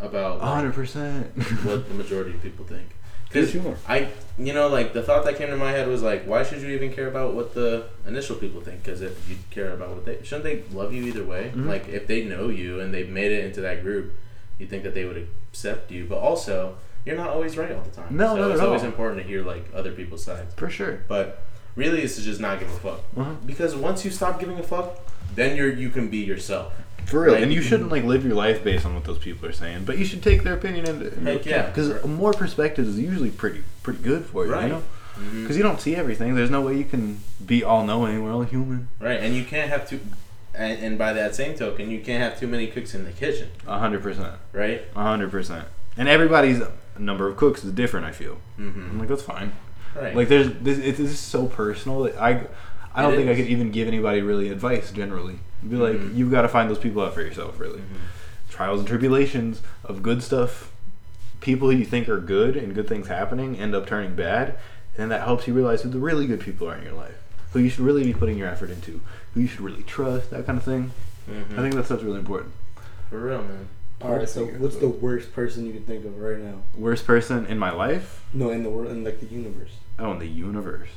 about like, hundred percent. what the majority of people think. Yeah, 'Cause sure. I, you know, like the thought that came to my head was like, why should you even care about what the initial people think? Because if you care about what they, shouldn't they love you either way? Mm-hmm. Like if they know you and they've made it into that group, you think that they would accept you. But also, you're not always right all the time. No, so not at it's always all. important to hear like other people's sides. For sure. But really, it's to just not give a fuck. Uh-huh. Because once you stop giving a fuck, then you're you can be yourself. For real. Like- mm-hmm. and you shouldn't like live your life based on what those people are saying, but you should take their opinion into Heck yeah. Because more perspectives is usually pretty pretty good for you, Right. Mm-hmm. you know? Because you don't see everything. There's no way you can be all knowing. We're only human. Right, and you can't have too, and, and by that same token, you can't have too many cooks in the kitchen, A hundred percent. right? A hundred percent. And everybody's number of cooks is different. I feel. Mm-hmm. I'm like that's fine. Right. Like there's this. It's, this is so personal that I, I don't It think I is. could even give anybody really advice generally. Be like, Mhm. you've got to find those people out for yourself. Really, Mm-hmm. trials and tribulations of good stuff, people who you think are good and good things happening end up turning bad, and that helps you realize who the really good people are in your life, who you should really be putting your effort into, who you should really trust, that kind of thing. I Mhm. think that stuff's really important. for real, man. All right, so what's the worst person you can think of right now? Worst person in my life? No, in the world, in like the universe. Oh, in the universe.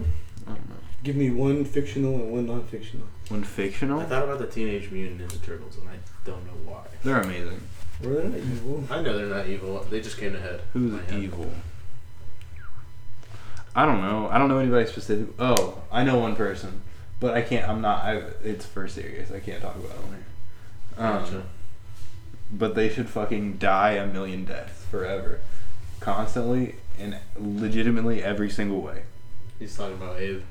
I don't know. Give me one fictional and one non-fictional. One fictional? I thought about the Teenage Mutant Ninja Turtles, and I don't know why. They're amazing. Bro, they're not evil. I know they're not evil. They just came to head. Who's my head. evil? I don't know. I don't know anybody specific. Oh, I know one person, but I can't. I'm not. I, it's for serious. I can't talk about it on here. Um, Gotcha. But they should fucking die a million deaths forever, constantly and legitimately every single way. He's talking about Abe.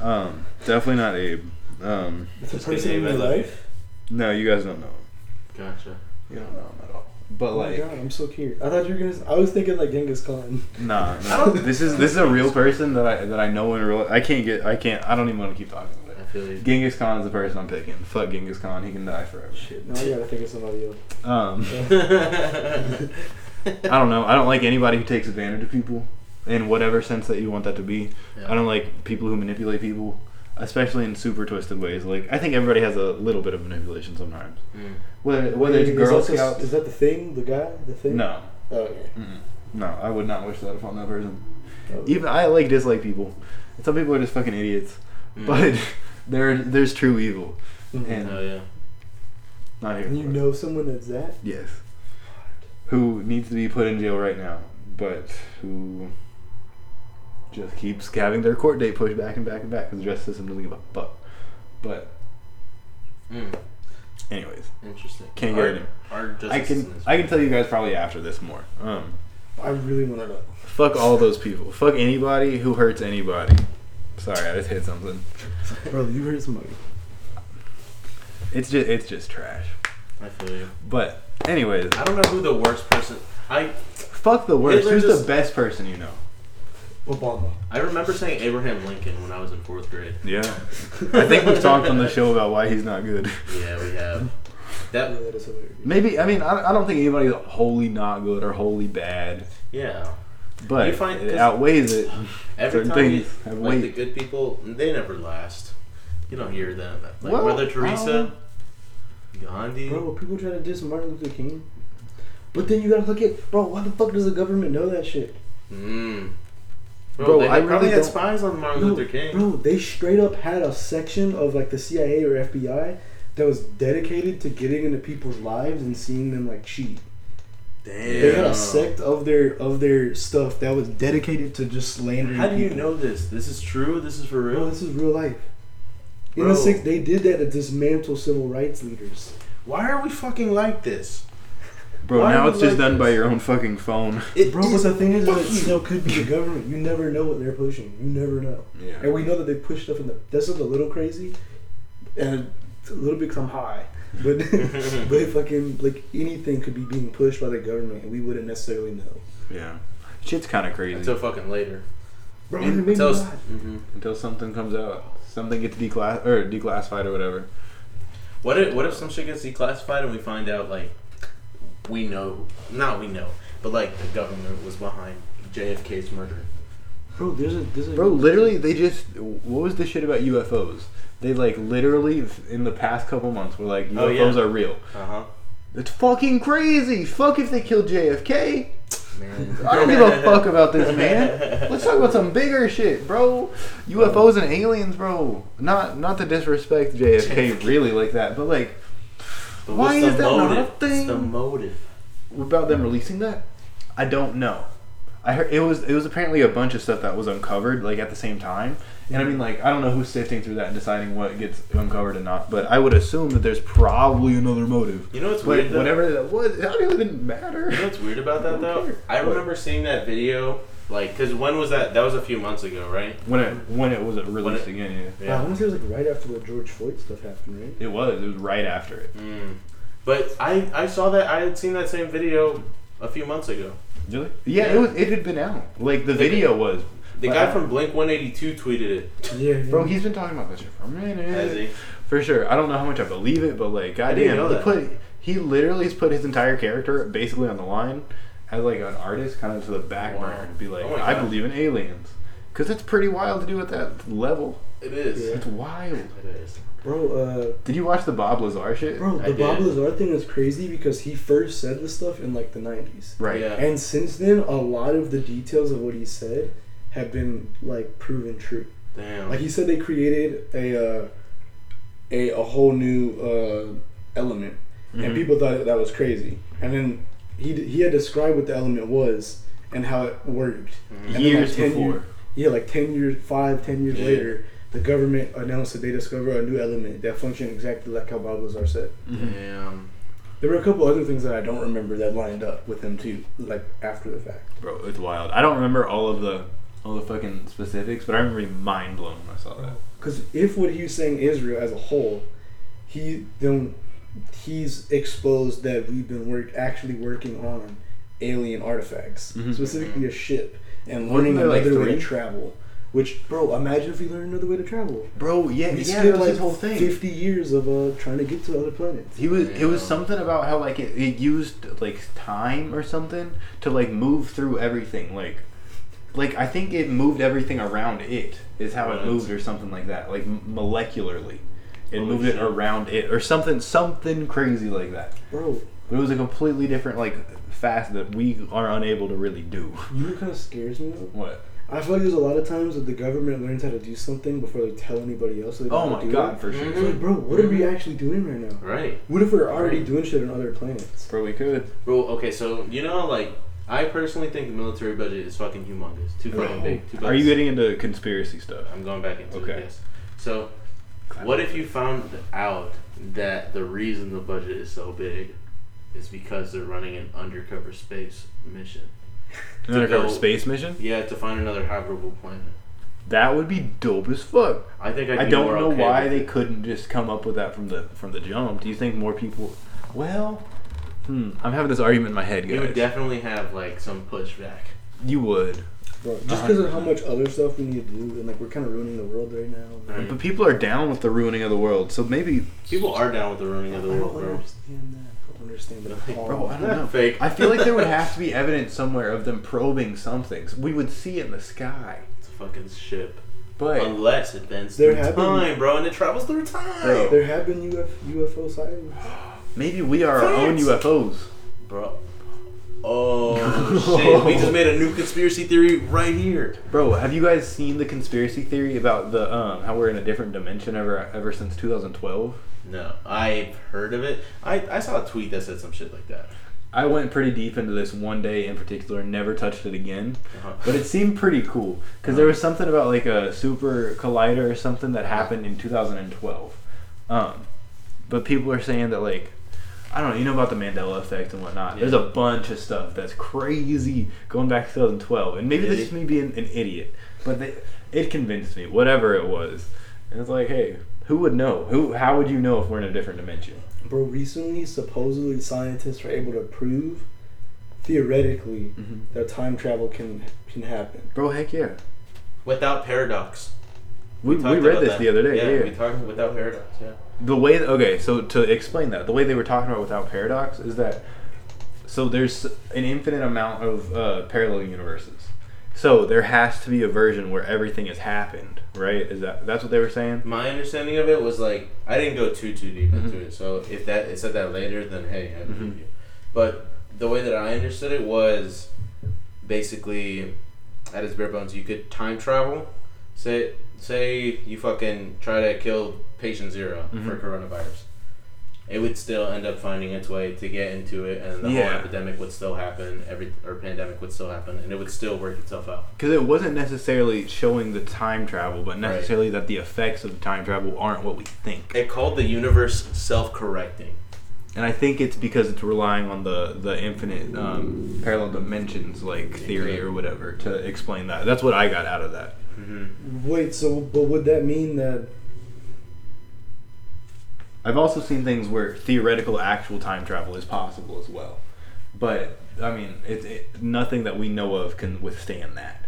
Um, definitely not Abe. Um, It's a Just kidding, person in Abe, I my love you. life. no, you guys don't know. Him. Gotcha. You don't know him at all. But Oh my like, god, I'm so cute. I thought you were gonna. I was thinking like Genghis Khan. Nah, I no. don't- this is this is a real person that I that I know in real. I can't get. I can't. I don't even want to keep talking about I it. feel you. Genghis Khan is the person I'm picking. Fuck Genghis Khan. He can die forever. Shit. Now I gotta think of somebody else. Um, I I don't know. I don't like anybody who takes advantage of people in whatever sense that you want that to be. I don't like people who manipulate people, especially in super twisted ways. Like I think everybody has a little bit of manipulation sometimes. Mm. Whether whether it's Is Girl that the- Scouts. Is that the thing? The guy? The thing? No, Oh, okay. Mm-mm. no. I would not wish that upon that person. Oh, Even I like dislike people. Some people are just fucking idiots. Mm. But there, there's true evil. Mhm. And Oh yeah. not here. And you for it. know someone that's that? Yes. Who needs to be put in jail right now, but who just keeps having their court date pushed back and back and back because the justice system doesn't give a fuck. But, Mm. anyways, Interesting. Can't Our- get it. Our justice I can system is- I can tell you guys probably after this more. Um, I really want to know. fuck all those people. Fuck anybody who hurts anybody. Sorry, I just hit something. Bro, you heard somebody. It's just it's just trash. I feel you. But anyways, I don't know who the worst person. I fuck the worst. Hitler Who's the just- best person you know? Obama. I remember saying Abraham Lincoln when I was in fourth grade. Yeah. I think we've talked on the show about why he's not good. Yeah, we have. Yeah, That that is hilarious. Maybe I mean I, I don't think anybody's wholly not good or wholly bad, yeah. but You find- it 'cause- outweighs it. Every Certain time you, things have like weight. the good people, they never last. You don't hear them. Like Well, Mother Teresa, Gandhi. Bro, people try to diss Martin Luther King. But then you gotta look at, bro, why the fuck does the government know that shit? Mm. Bro, Bro, they I probably really had don't- spies on Martin No, Luther King. Bro, they straight up had a section of like the CIA or FBI that was dedicated to getting into people's lives and seeing them like cheat. Damn. They had a sect of their of their stuff that was dedicated to just slandering. How do you people. know this? This is true. This is for Bro, real. this is real life. In Bro. the six, they did that to dismantle civil rights leaders. Why are we fucking like this? Bro, Why now are it's you just like done by this? your own fucking phone. It Bro, but is- the thing is, that fuck it you. still could be the government. You never know what they're pushing. You never know. Yeah. And we know that they push stuff in the. That's just a little crazy, and a little bit come high. But but fucking like anything could be being pushed by the government, and we wouldn't necessarily know. Yeah. Shit's kind of crazy Until fucking later. Bro, Yeah, maybe tell us- not. hmm until something comes out, something gets declass or declassified or whatever. What if what if some shit gets declassified and we find out like we know not we know but like the government was behind JFK's murder. bro, there's a there's a Bro, literally, they just what was the shit about UFOs? They like literally in the past couple months were like UFOs Oh, yeah. are real. Uh huh. It's fucking crazy. Fuck if they killed JFK. Man. I don't give a fuck about this, man. Let's talk about some bigger shit, bro. UFOs and aliens, bro. Not not to disrespect JFK really like that, but like But Why what's is the that not a motive? What's the thing? motive. about them releasing that, I don't know. I heard it was it was apparently a bunch of stuff that was uncovered like at the same time, and I mean like I don't know who's sifting through that and deciding what gets uncovered and not, but I would assume that there's probably another motive. You know what's But weird though? whatever that was, it really didn't matter. You know what's weird about that Who though? cares? I What? remember seeing that video like because when was that? That was a few months ago, right? When it when it was released again, yeah. Nah, I want to say it was like right after the George Floyd stuff happened, right? It was. It was right after it. Mm. But I I saw that I had seen that same video a few months ago. Really? Yeah, Yeah. it was. It had been out. Like the video was. The But guy I- from Blink 182 tweeted it. Yeah, Bro, he's been talking about this shit for a minute. Has he? For sure. I don't know how much I believe it, but didn't like, goddamn, know he that. put he literally has put his entire character basically on the line as like an artist, kind of to the back Wow. burner, to be like, Oh my I God. believe in aliens, because it's pretty wild to do at that level. It is. Yeah. It's wild. It is. bro, uh, Did you watch the Bob Lazar shit? bro, I the Bob did. Lazar thing is crazy because he first said this stuff in like the '90s, Right. Yeah. and since then, a lot of the details of what he said have been like proven true. Damn. Like he said, they created a uh, a a whole new uh, element, Mm-hmm. and people thought that was crazy. And then he d- he had described what the element was and how it worked. And then, like, Years 10 before. year- yeah, like ten years, five, ten years Yeah. later, the government announced that they discovered a new element that functioned exactly like how Bob Lazar said. Damn. There were a couple other things that I don't remember that lined up with him too, like after the fact. Bro, it's wild. I don't remember all of the all the fucking specifics, but I remember being mind blown when I saw that. Because if what he's saying is real as a whole, he then he's exposed that we've been work actually working on alien artifacts, Mhm. specifically a ship, and Wasn't learning there, like, another way to three? travel. Which, bro, imagine if we learn another way to travel. Bro, yeah, We yeah, spent, that was like, his whole thing. Fifty years of uh, trying to get to other planets. He was. It was Yeah. something about how like it, it used like time or something to like move through everything. Like, like I think it moved everything around it is how Right. it moved or something like that. Like m- molecularly, it Holy moved shit. it around it or something something crazy like that. Bro, But it was a completely different like fast that we are unable to really do. you know what kind of scares me though? What? I feel like there's a lot of times that the government learns how to do something before they tell anybody else. They know Oh how to my do it. god, Mm-hmm. for Mm-hmm. sure. Mhm. It's like, bro, what are we actually doing right now? Right. What if we're already doing shit on other planets? Bro, we could. Bro, okay, so, you know, like, I personally think the military budget is fucking humongous. Too fucking big. Too Are you getting into conspiracy stuff? I'm going back into Okay. it, yes. So, what if you found out that the reason the budget is so big is because they're running an undercover space mission? An undercover go- space mission? Yeah, to find another habitable planet. That would be dope as fuck. I think I'd I be don't more know okay why with they it. couldn't just come up with that from the from the jump. Do you think more people? Well, hmm, I'm having this argument in my head, You guys. would definitely have, like, some pushback. you would, Bro, just because of how much other stuff we need to do, and like we're kind of ruining the world right now. Right? but people are down with the ruining of the world. So maybe, People are down with the ruining of the I world, don't bro. understand that. I don't understand that at all. bro, I don't Not know. Oh, fake. I feel like there would have to be evidence somewhere of them probing something. So we would see it in the sky, It's a fucking ship. but Unless it bends There through have been- time, bro, and it travels through time. Bro. there have been UF, UFO sightings. maybe we are our own Facts. UFOs. Bro. Oh shit. We just made a new conspiracy theory right here. Bro, have you guys seen the conspiracy theory about the um how we're in a different dimension ever ever since 2012? No, I've heard of it. I, I saw a tweet that said some shit like that. I went pretty deep into this one day in particular, never touched it again. Uh-huh. But it seemed pretty cool because there was something about like a super collider or something that happened in 2012. Um, but people are saying that like I don't know, you know about the Mandela effect and whatnot. There's a bunch of stuff that's crazy going back to 2012, and maybe this is me being an idiot, but they, it convinced me, whatever it was. And it's like, hey, Who would know? Who? How would you know if we're in a different dimension? Bro, recently, supposedly scientists were able to prove, theoretically, Mhm. that time travel can can happen. Bro, heck yeah. Without paradox. We, we talked read about this that. the other day. Yeah. we talked without paradox. Yeah. the way okay so to explain that the way they were talking about without paradox is that so there's an infinite amount of uh, parallel universes so there has to be a version where everything has happened right is that that's what they were saying My understanding of it was like I didn't go too too deep into it. So if that it said that later, then hey, I believe you. But the way that I understood it was basically at its bare bones, you could time travel. Say say you fucking try to kill patient 0 for coronavirus. It would still end up finding its way to get into it, and the Yeah. whole epidemic would still happen. Every or pandemic would still happen, and it would still work itself out. because it wasn't necessarily showing the time travel but necessarily that the effects of the time travel aren't what we think It called the universe self-correcting. and i think it's because it's relying on the the infinite um, parallel dimensions like theory or whatever to explain that that's what i got out of that Wait, so but would that mean that? I've also seen things where theoretical actual time travel is possible as well, but I mean, it's it, nothing that we know of can withstand that.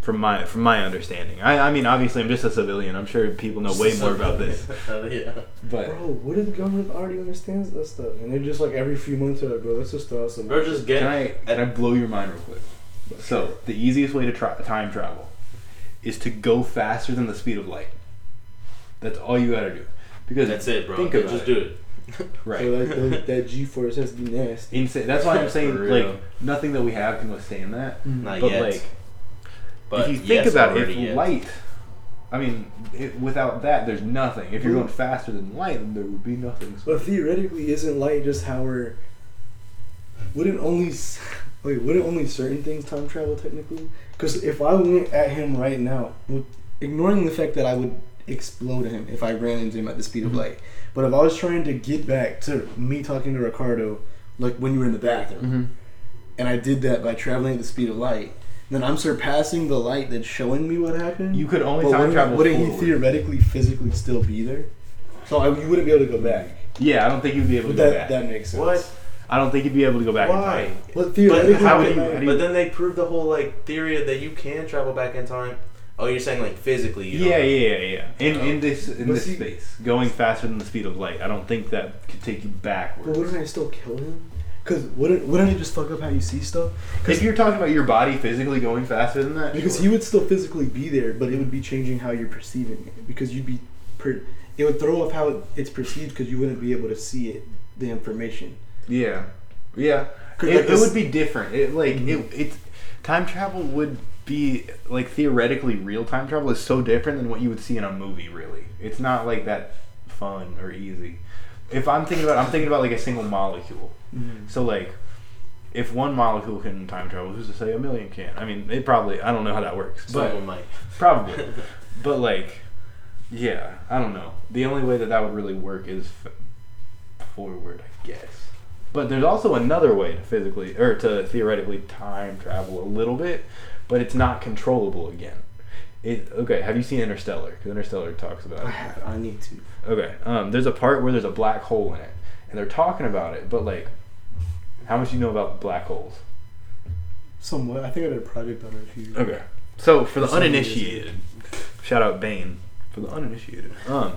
From my from my understanding, I, I mean, obviously, I'm just a civilian. I'm sure people know way more about this, yeah. but Bro, what if the government already understands that stuff? And they're just like every few months, they're like, bro, let's just throw out some. Bro, just get. can I can I blow your mind real quick? So the easiest way to tra- time travel is to go faster than the speed of light. That's all you gotta do, because that's it, bro. Think about just it. do it. Right. So like those, that G force has to be nasty. Insane. That's why I'm For saying real. like nothing that we have can withstand that. Not But yet. like but if you think yes, about it, if already yet. light, I mean, it, without that, there's nothing. If you're Mm. going faster than light, then there would be nothing. So But theoretically, isn't light just how we're? Wouldn't only s- wait? Wouldn't only certain things time travel technically? Because if I went at him right now, w- ignoring the fact that I would explode him if I ran into him at the speed Mm-hmm. of light, but if I was trying to get back to me talking to Ricardo, like when you were in the bathroom, Mm-hmm. and I did that by traveling at the speed of light, then I'm surpassing the light that's showing me what happened. you could only But time wouldn't, travel. wouldn't he forward. theoretically, physically still be there? So I, you wouldn't be able to go back. Yeah, I don't think you'd be able to go That, back. that makes sense. What? I don't think you'd be able to go back. in Why? time. But But theoretically, how would can you- I- how do you- But then they proved the whole like theory that you can travel back in time. Oh, you're saying like physically? You Yeah, don't. yeah, yeah, yeah. In in this in But this see- space, going faster than the speed of light, I don't think that could take you But backwards. wouldn't I still kill him? Because wouldn't wouldn't it just fuck up how you see stuff? if you're talking about your body physically going faster than that, Because he would still physically be there, but it would be changing how you're perceiving it. Because you'd be, per- it would throw off how it, it's perceived because you wouldn't be able to see it, the information. Yeah, yeah. Could- It, like it this- Mm-hmm. would be different. It like it, it time travel would be like theoretically real time travel is so different than what you would see in a movie. Really, it's not like that fun or easy. If I'm thinking about, I'm thinking about like a single molecule. Mm-hmm. So like, if one molecule can time travel, who's to say a million can? I mean, it probably. I don't know how that works, but Someone might. probably. but like, yeah, I don't know. The only way that that would really work is f- forward, I guess. But there's also another way to physically or to theoretically time travel a little bit, but it's not controllable again. It, okay, have you seen Interstellar? Because Interstellar talks about I it. have, I need to. Okay, um, there's a part where there's a black hole in it, and they're talking about it, but like, how much do you know about black holes? Somewhat. I think I did a project on it a few years Okay. So for the For some reason. uninitiated, shout out Bane. For the uninitiated, um,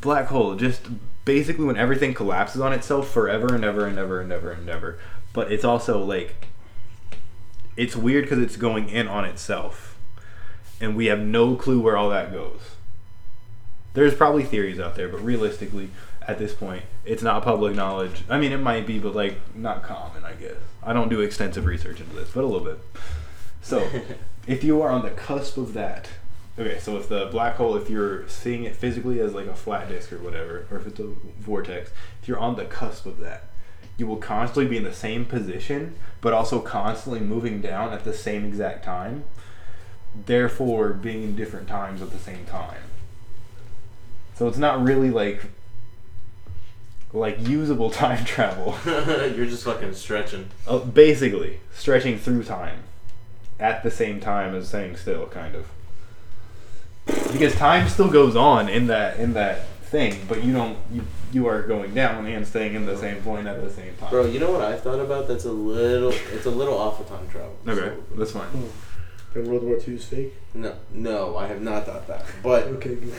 black hole just basically when everything collapses on itself forever and ever and ever and ever and ever. But it's also like it's weird because it's going in on itself, and we have no clue where all that goes. There's probably theories out there, but realistically, at this point, it's not public knowledge. I mean, it might be, but like not common, I guess. I don't do extensive research into this, but a little bit. So, if you are on the cusp of that, okay. So if the black hole, if you're seeing it physically as like a flat disk or whatever, or if it's a vortex, if you're on the cusp of that, you will constantly be in the same position, but also constantly moving down at the same exact time. Therefore, being in different times at the same time. So it's not really like like usable time travel. you're just fucking stretching. Uh, basically, stretching through time at the same time as staying still, kind of. because time still goes on in that in that thing, but you don't you you are going down and staying in the same point at the same time. Bro, you know what I thought about? That's a little. It's a little off of time travel. Okay, that's fine. That World War II is fake. No, no, I have not thought that. But Okay, good.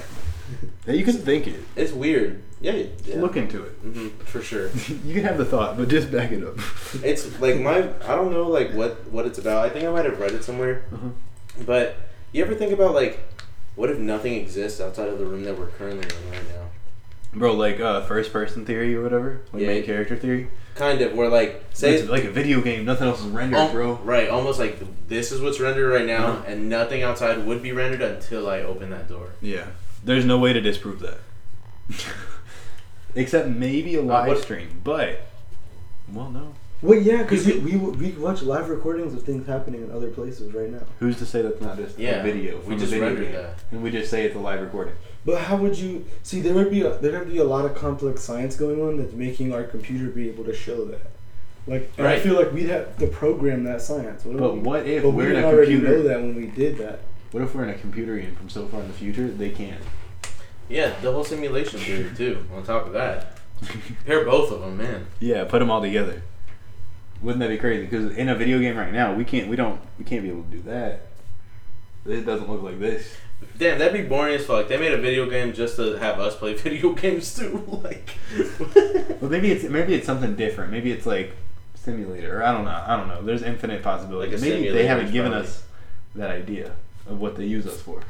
Yeah, you can think it. it's weird. Yeah, yeah. Look into it. hmm for sure. You can have the thought, but just back it up. It's like my. I don't know like what what it's about. I think I might have read it somewhere. Mm-hmm. But you ever think about like, what if nothing exists outside of the room that we're currently in right now? Bro, like uh, first person theory or whatever, like Yeah. main character theory. Kind of. Where like say It's like a video game. Nothing else is rendered, Oh, bro. Uh-huh. Right, almost like this is what's rendered right now, and nothing outside would be rendered until I open that door. Yeah, there's no way to disprove that. Except maybe a live Uh, what- stream, but well, no. Well, yeah, because we, we we watch live recordings of things happening in other places right now. Who's to say that's not just Yeah, a video? from we a just video rendered game? that. and we just say it's a live recording. But how would you see? There would be a, there'd have to be a lot of complex science going on that's making our computer be able to show that. Like, and I Right. feel like we'd have to program that science. What if But we- what if but we we're in didn't a already know computer? that when we did that. What if we're in a computer game from so far in the future they can't? Yeah, the whole simulation theory too. On top of that, pair both of them, man. Yeah, put them all together. Wouldn't that be crazy? Because in a video game right now, we can't, we don't, we can't be able to do that. It doesn't look like this. Damn, that'd be boring as fuck. They made a video game just to have us play video games too. like, Well, maybe it's maybe it's something different. Maybe it's like simulator. Or I don't know. I don't know. There's infinite possibilities. Like a maybe they simulator haven't is given probably- us that idea of what they use us for.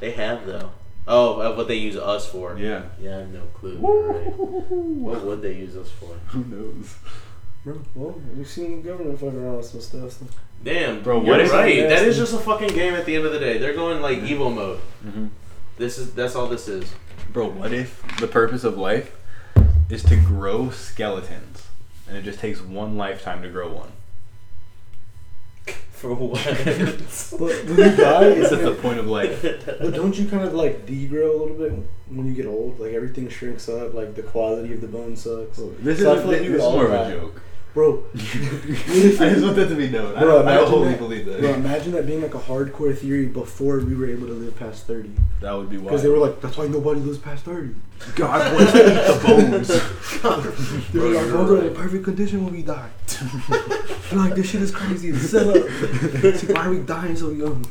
they have though. Oh, of what they use us for. Yeah. Yeah, I have no clue. You're right. Who What would they use us for? knows? Bro, well, we've seen the government fuck around with some stuff. So. Damn, Bro, bro, what what is if- right? That is just a fucking game. At the end of the day, they're going like evil mode. Mhm. This is that's all this is. Bro, what if the purpose of life is to grow skeletons, and it just takes one lifetime to grow one? For what? But when you die, Is it's that the gonna, point of life? but don't you kind of like degrow a little bit when you get old? Like everything shrinks up. Like the quality of the bone sucks. This So I is, feel like this we is all more of die. a joke. Bro, I just want that to be known. I, Bro, don't- I don't imagine wholly that. believe Bro, that. imagine that being like a hardcore theory before we were able to live past 30. That would be wild. Because they were like, that's why nobody lives past 30. God wants to eat the bones. They were Bro, like, you're "We're in right. perfect condition when we die. They're like, this shit is crazy. It's set up. It's like, why are we dying so young?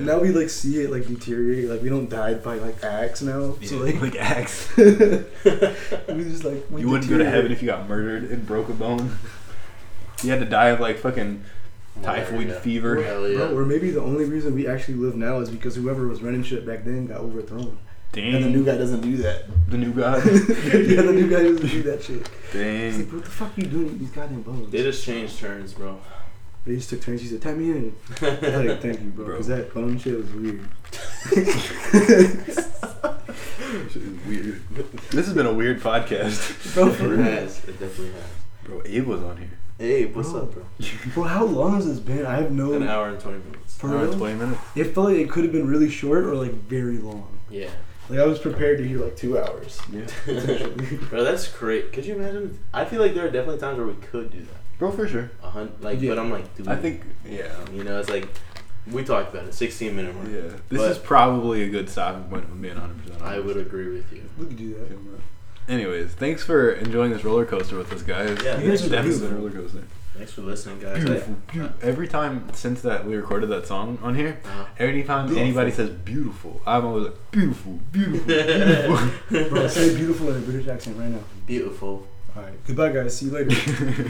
Now we like see it like deteriorate. Like we don't die by like axe now. So like, like axe. we just like we You wouldn't go to deteriorate. heaven if you got murdered and broke a bone. You had to die of like fucking typhoid Malaria. fever. Hell yeah. Bro, or maybe the only reason we actually live now is because whoever was running shit back then got overthrown, Dang. and the new guy doesn't do that. the new god. yeah, the new guy doesn't do that shit. He's like, Dang. what the fuck you doing with these goddamn bones? they just changed turns, bro. They just took turns. She said, "Tap me in." I was like, "Thank you, bro." Because that bone shit was weird. Weird. This has been a weird podcast. Bro, It has. It definitely has. Bro, Abe was on here. Hey, what's up, bro? bro, how long has this been? I have no. An hour and twenty minutes. For Hour and real? 20 minutes. It felt like it could have been really short or like very long. Yeah, Like I was prepared to hear like two hours. Yeah. bro, that's great. Could you imagine? I feel like there are definitely times where we could do that. Bro, for sure. A hun- like, Yeah. but I'm like, dude, I think, yeah. you know, it's like we talked about it. Sixteen minute mark. Yeah. This But- is probably a good stopping point if I'm being 100% honest. I would agree with you. We could do that. Anyways, thanks for enjoying this roller coaster with us, guys. Yeah, You guys it's are definitely been a beautiful. roller coaster. Thanks for listening, guys. Beautiful. beau- Every time since that we recorded that song on here, Uh-huh. every time anybody says beautiful, I'm always like beautiful, beautiful, beautiful. Bro, say beautiful in a British accent right now. Beautiful. All right. Goodbye, guys. See you later.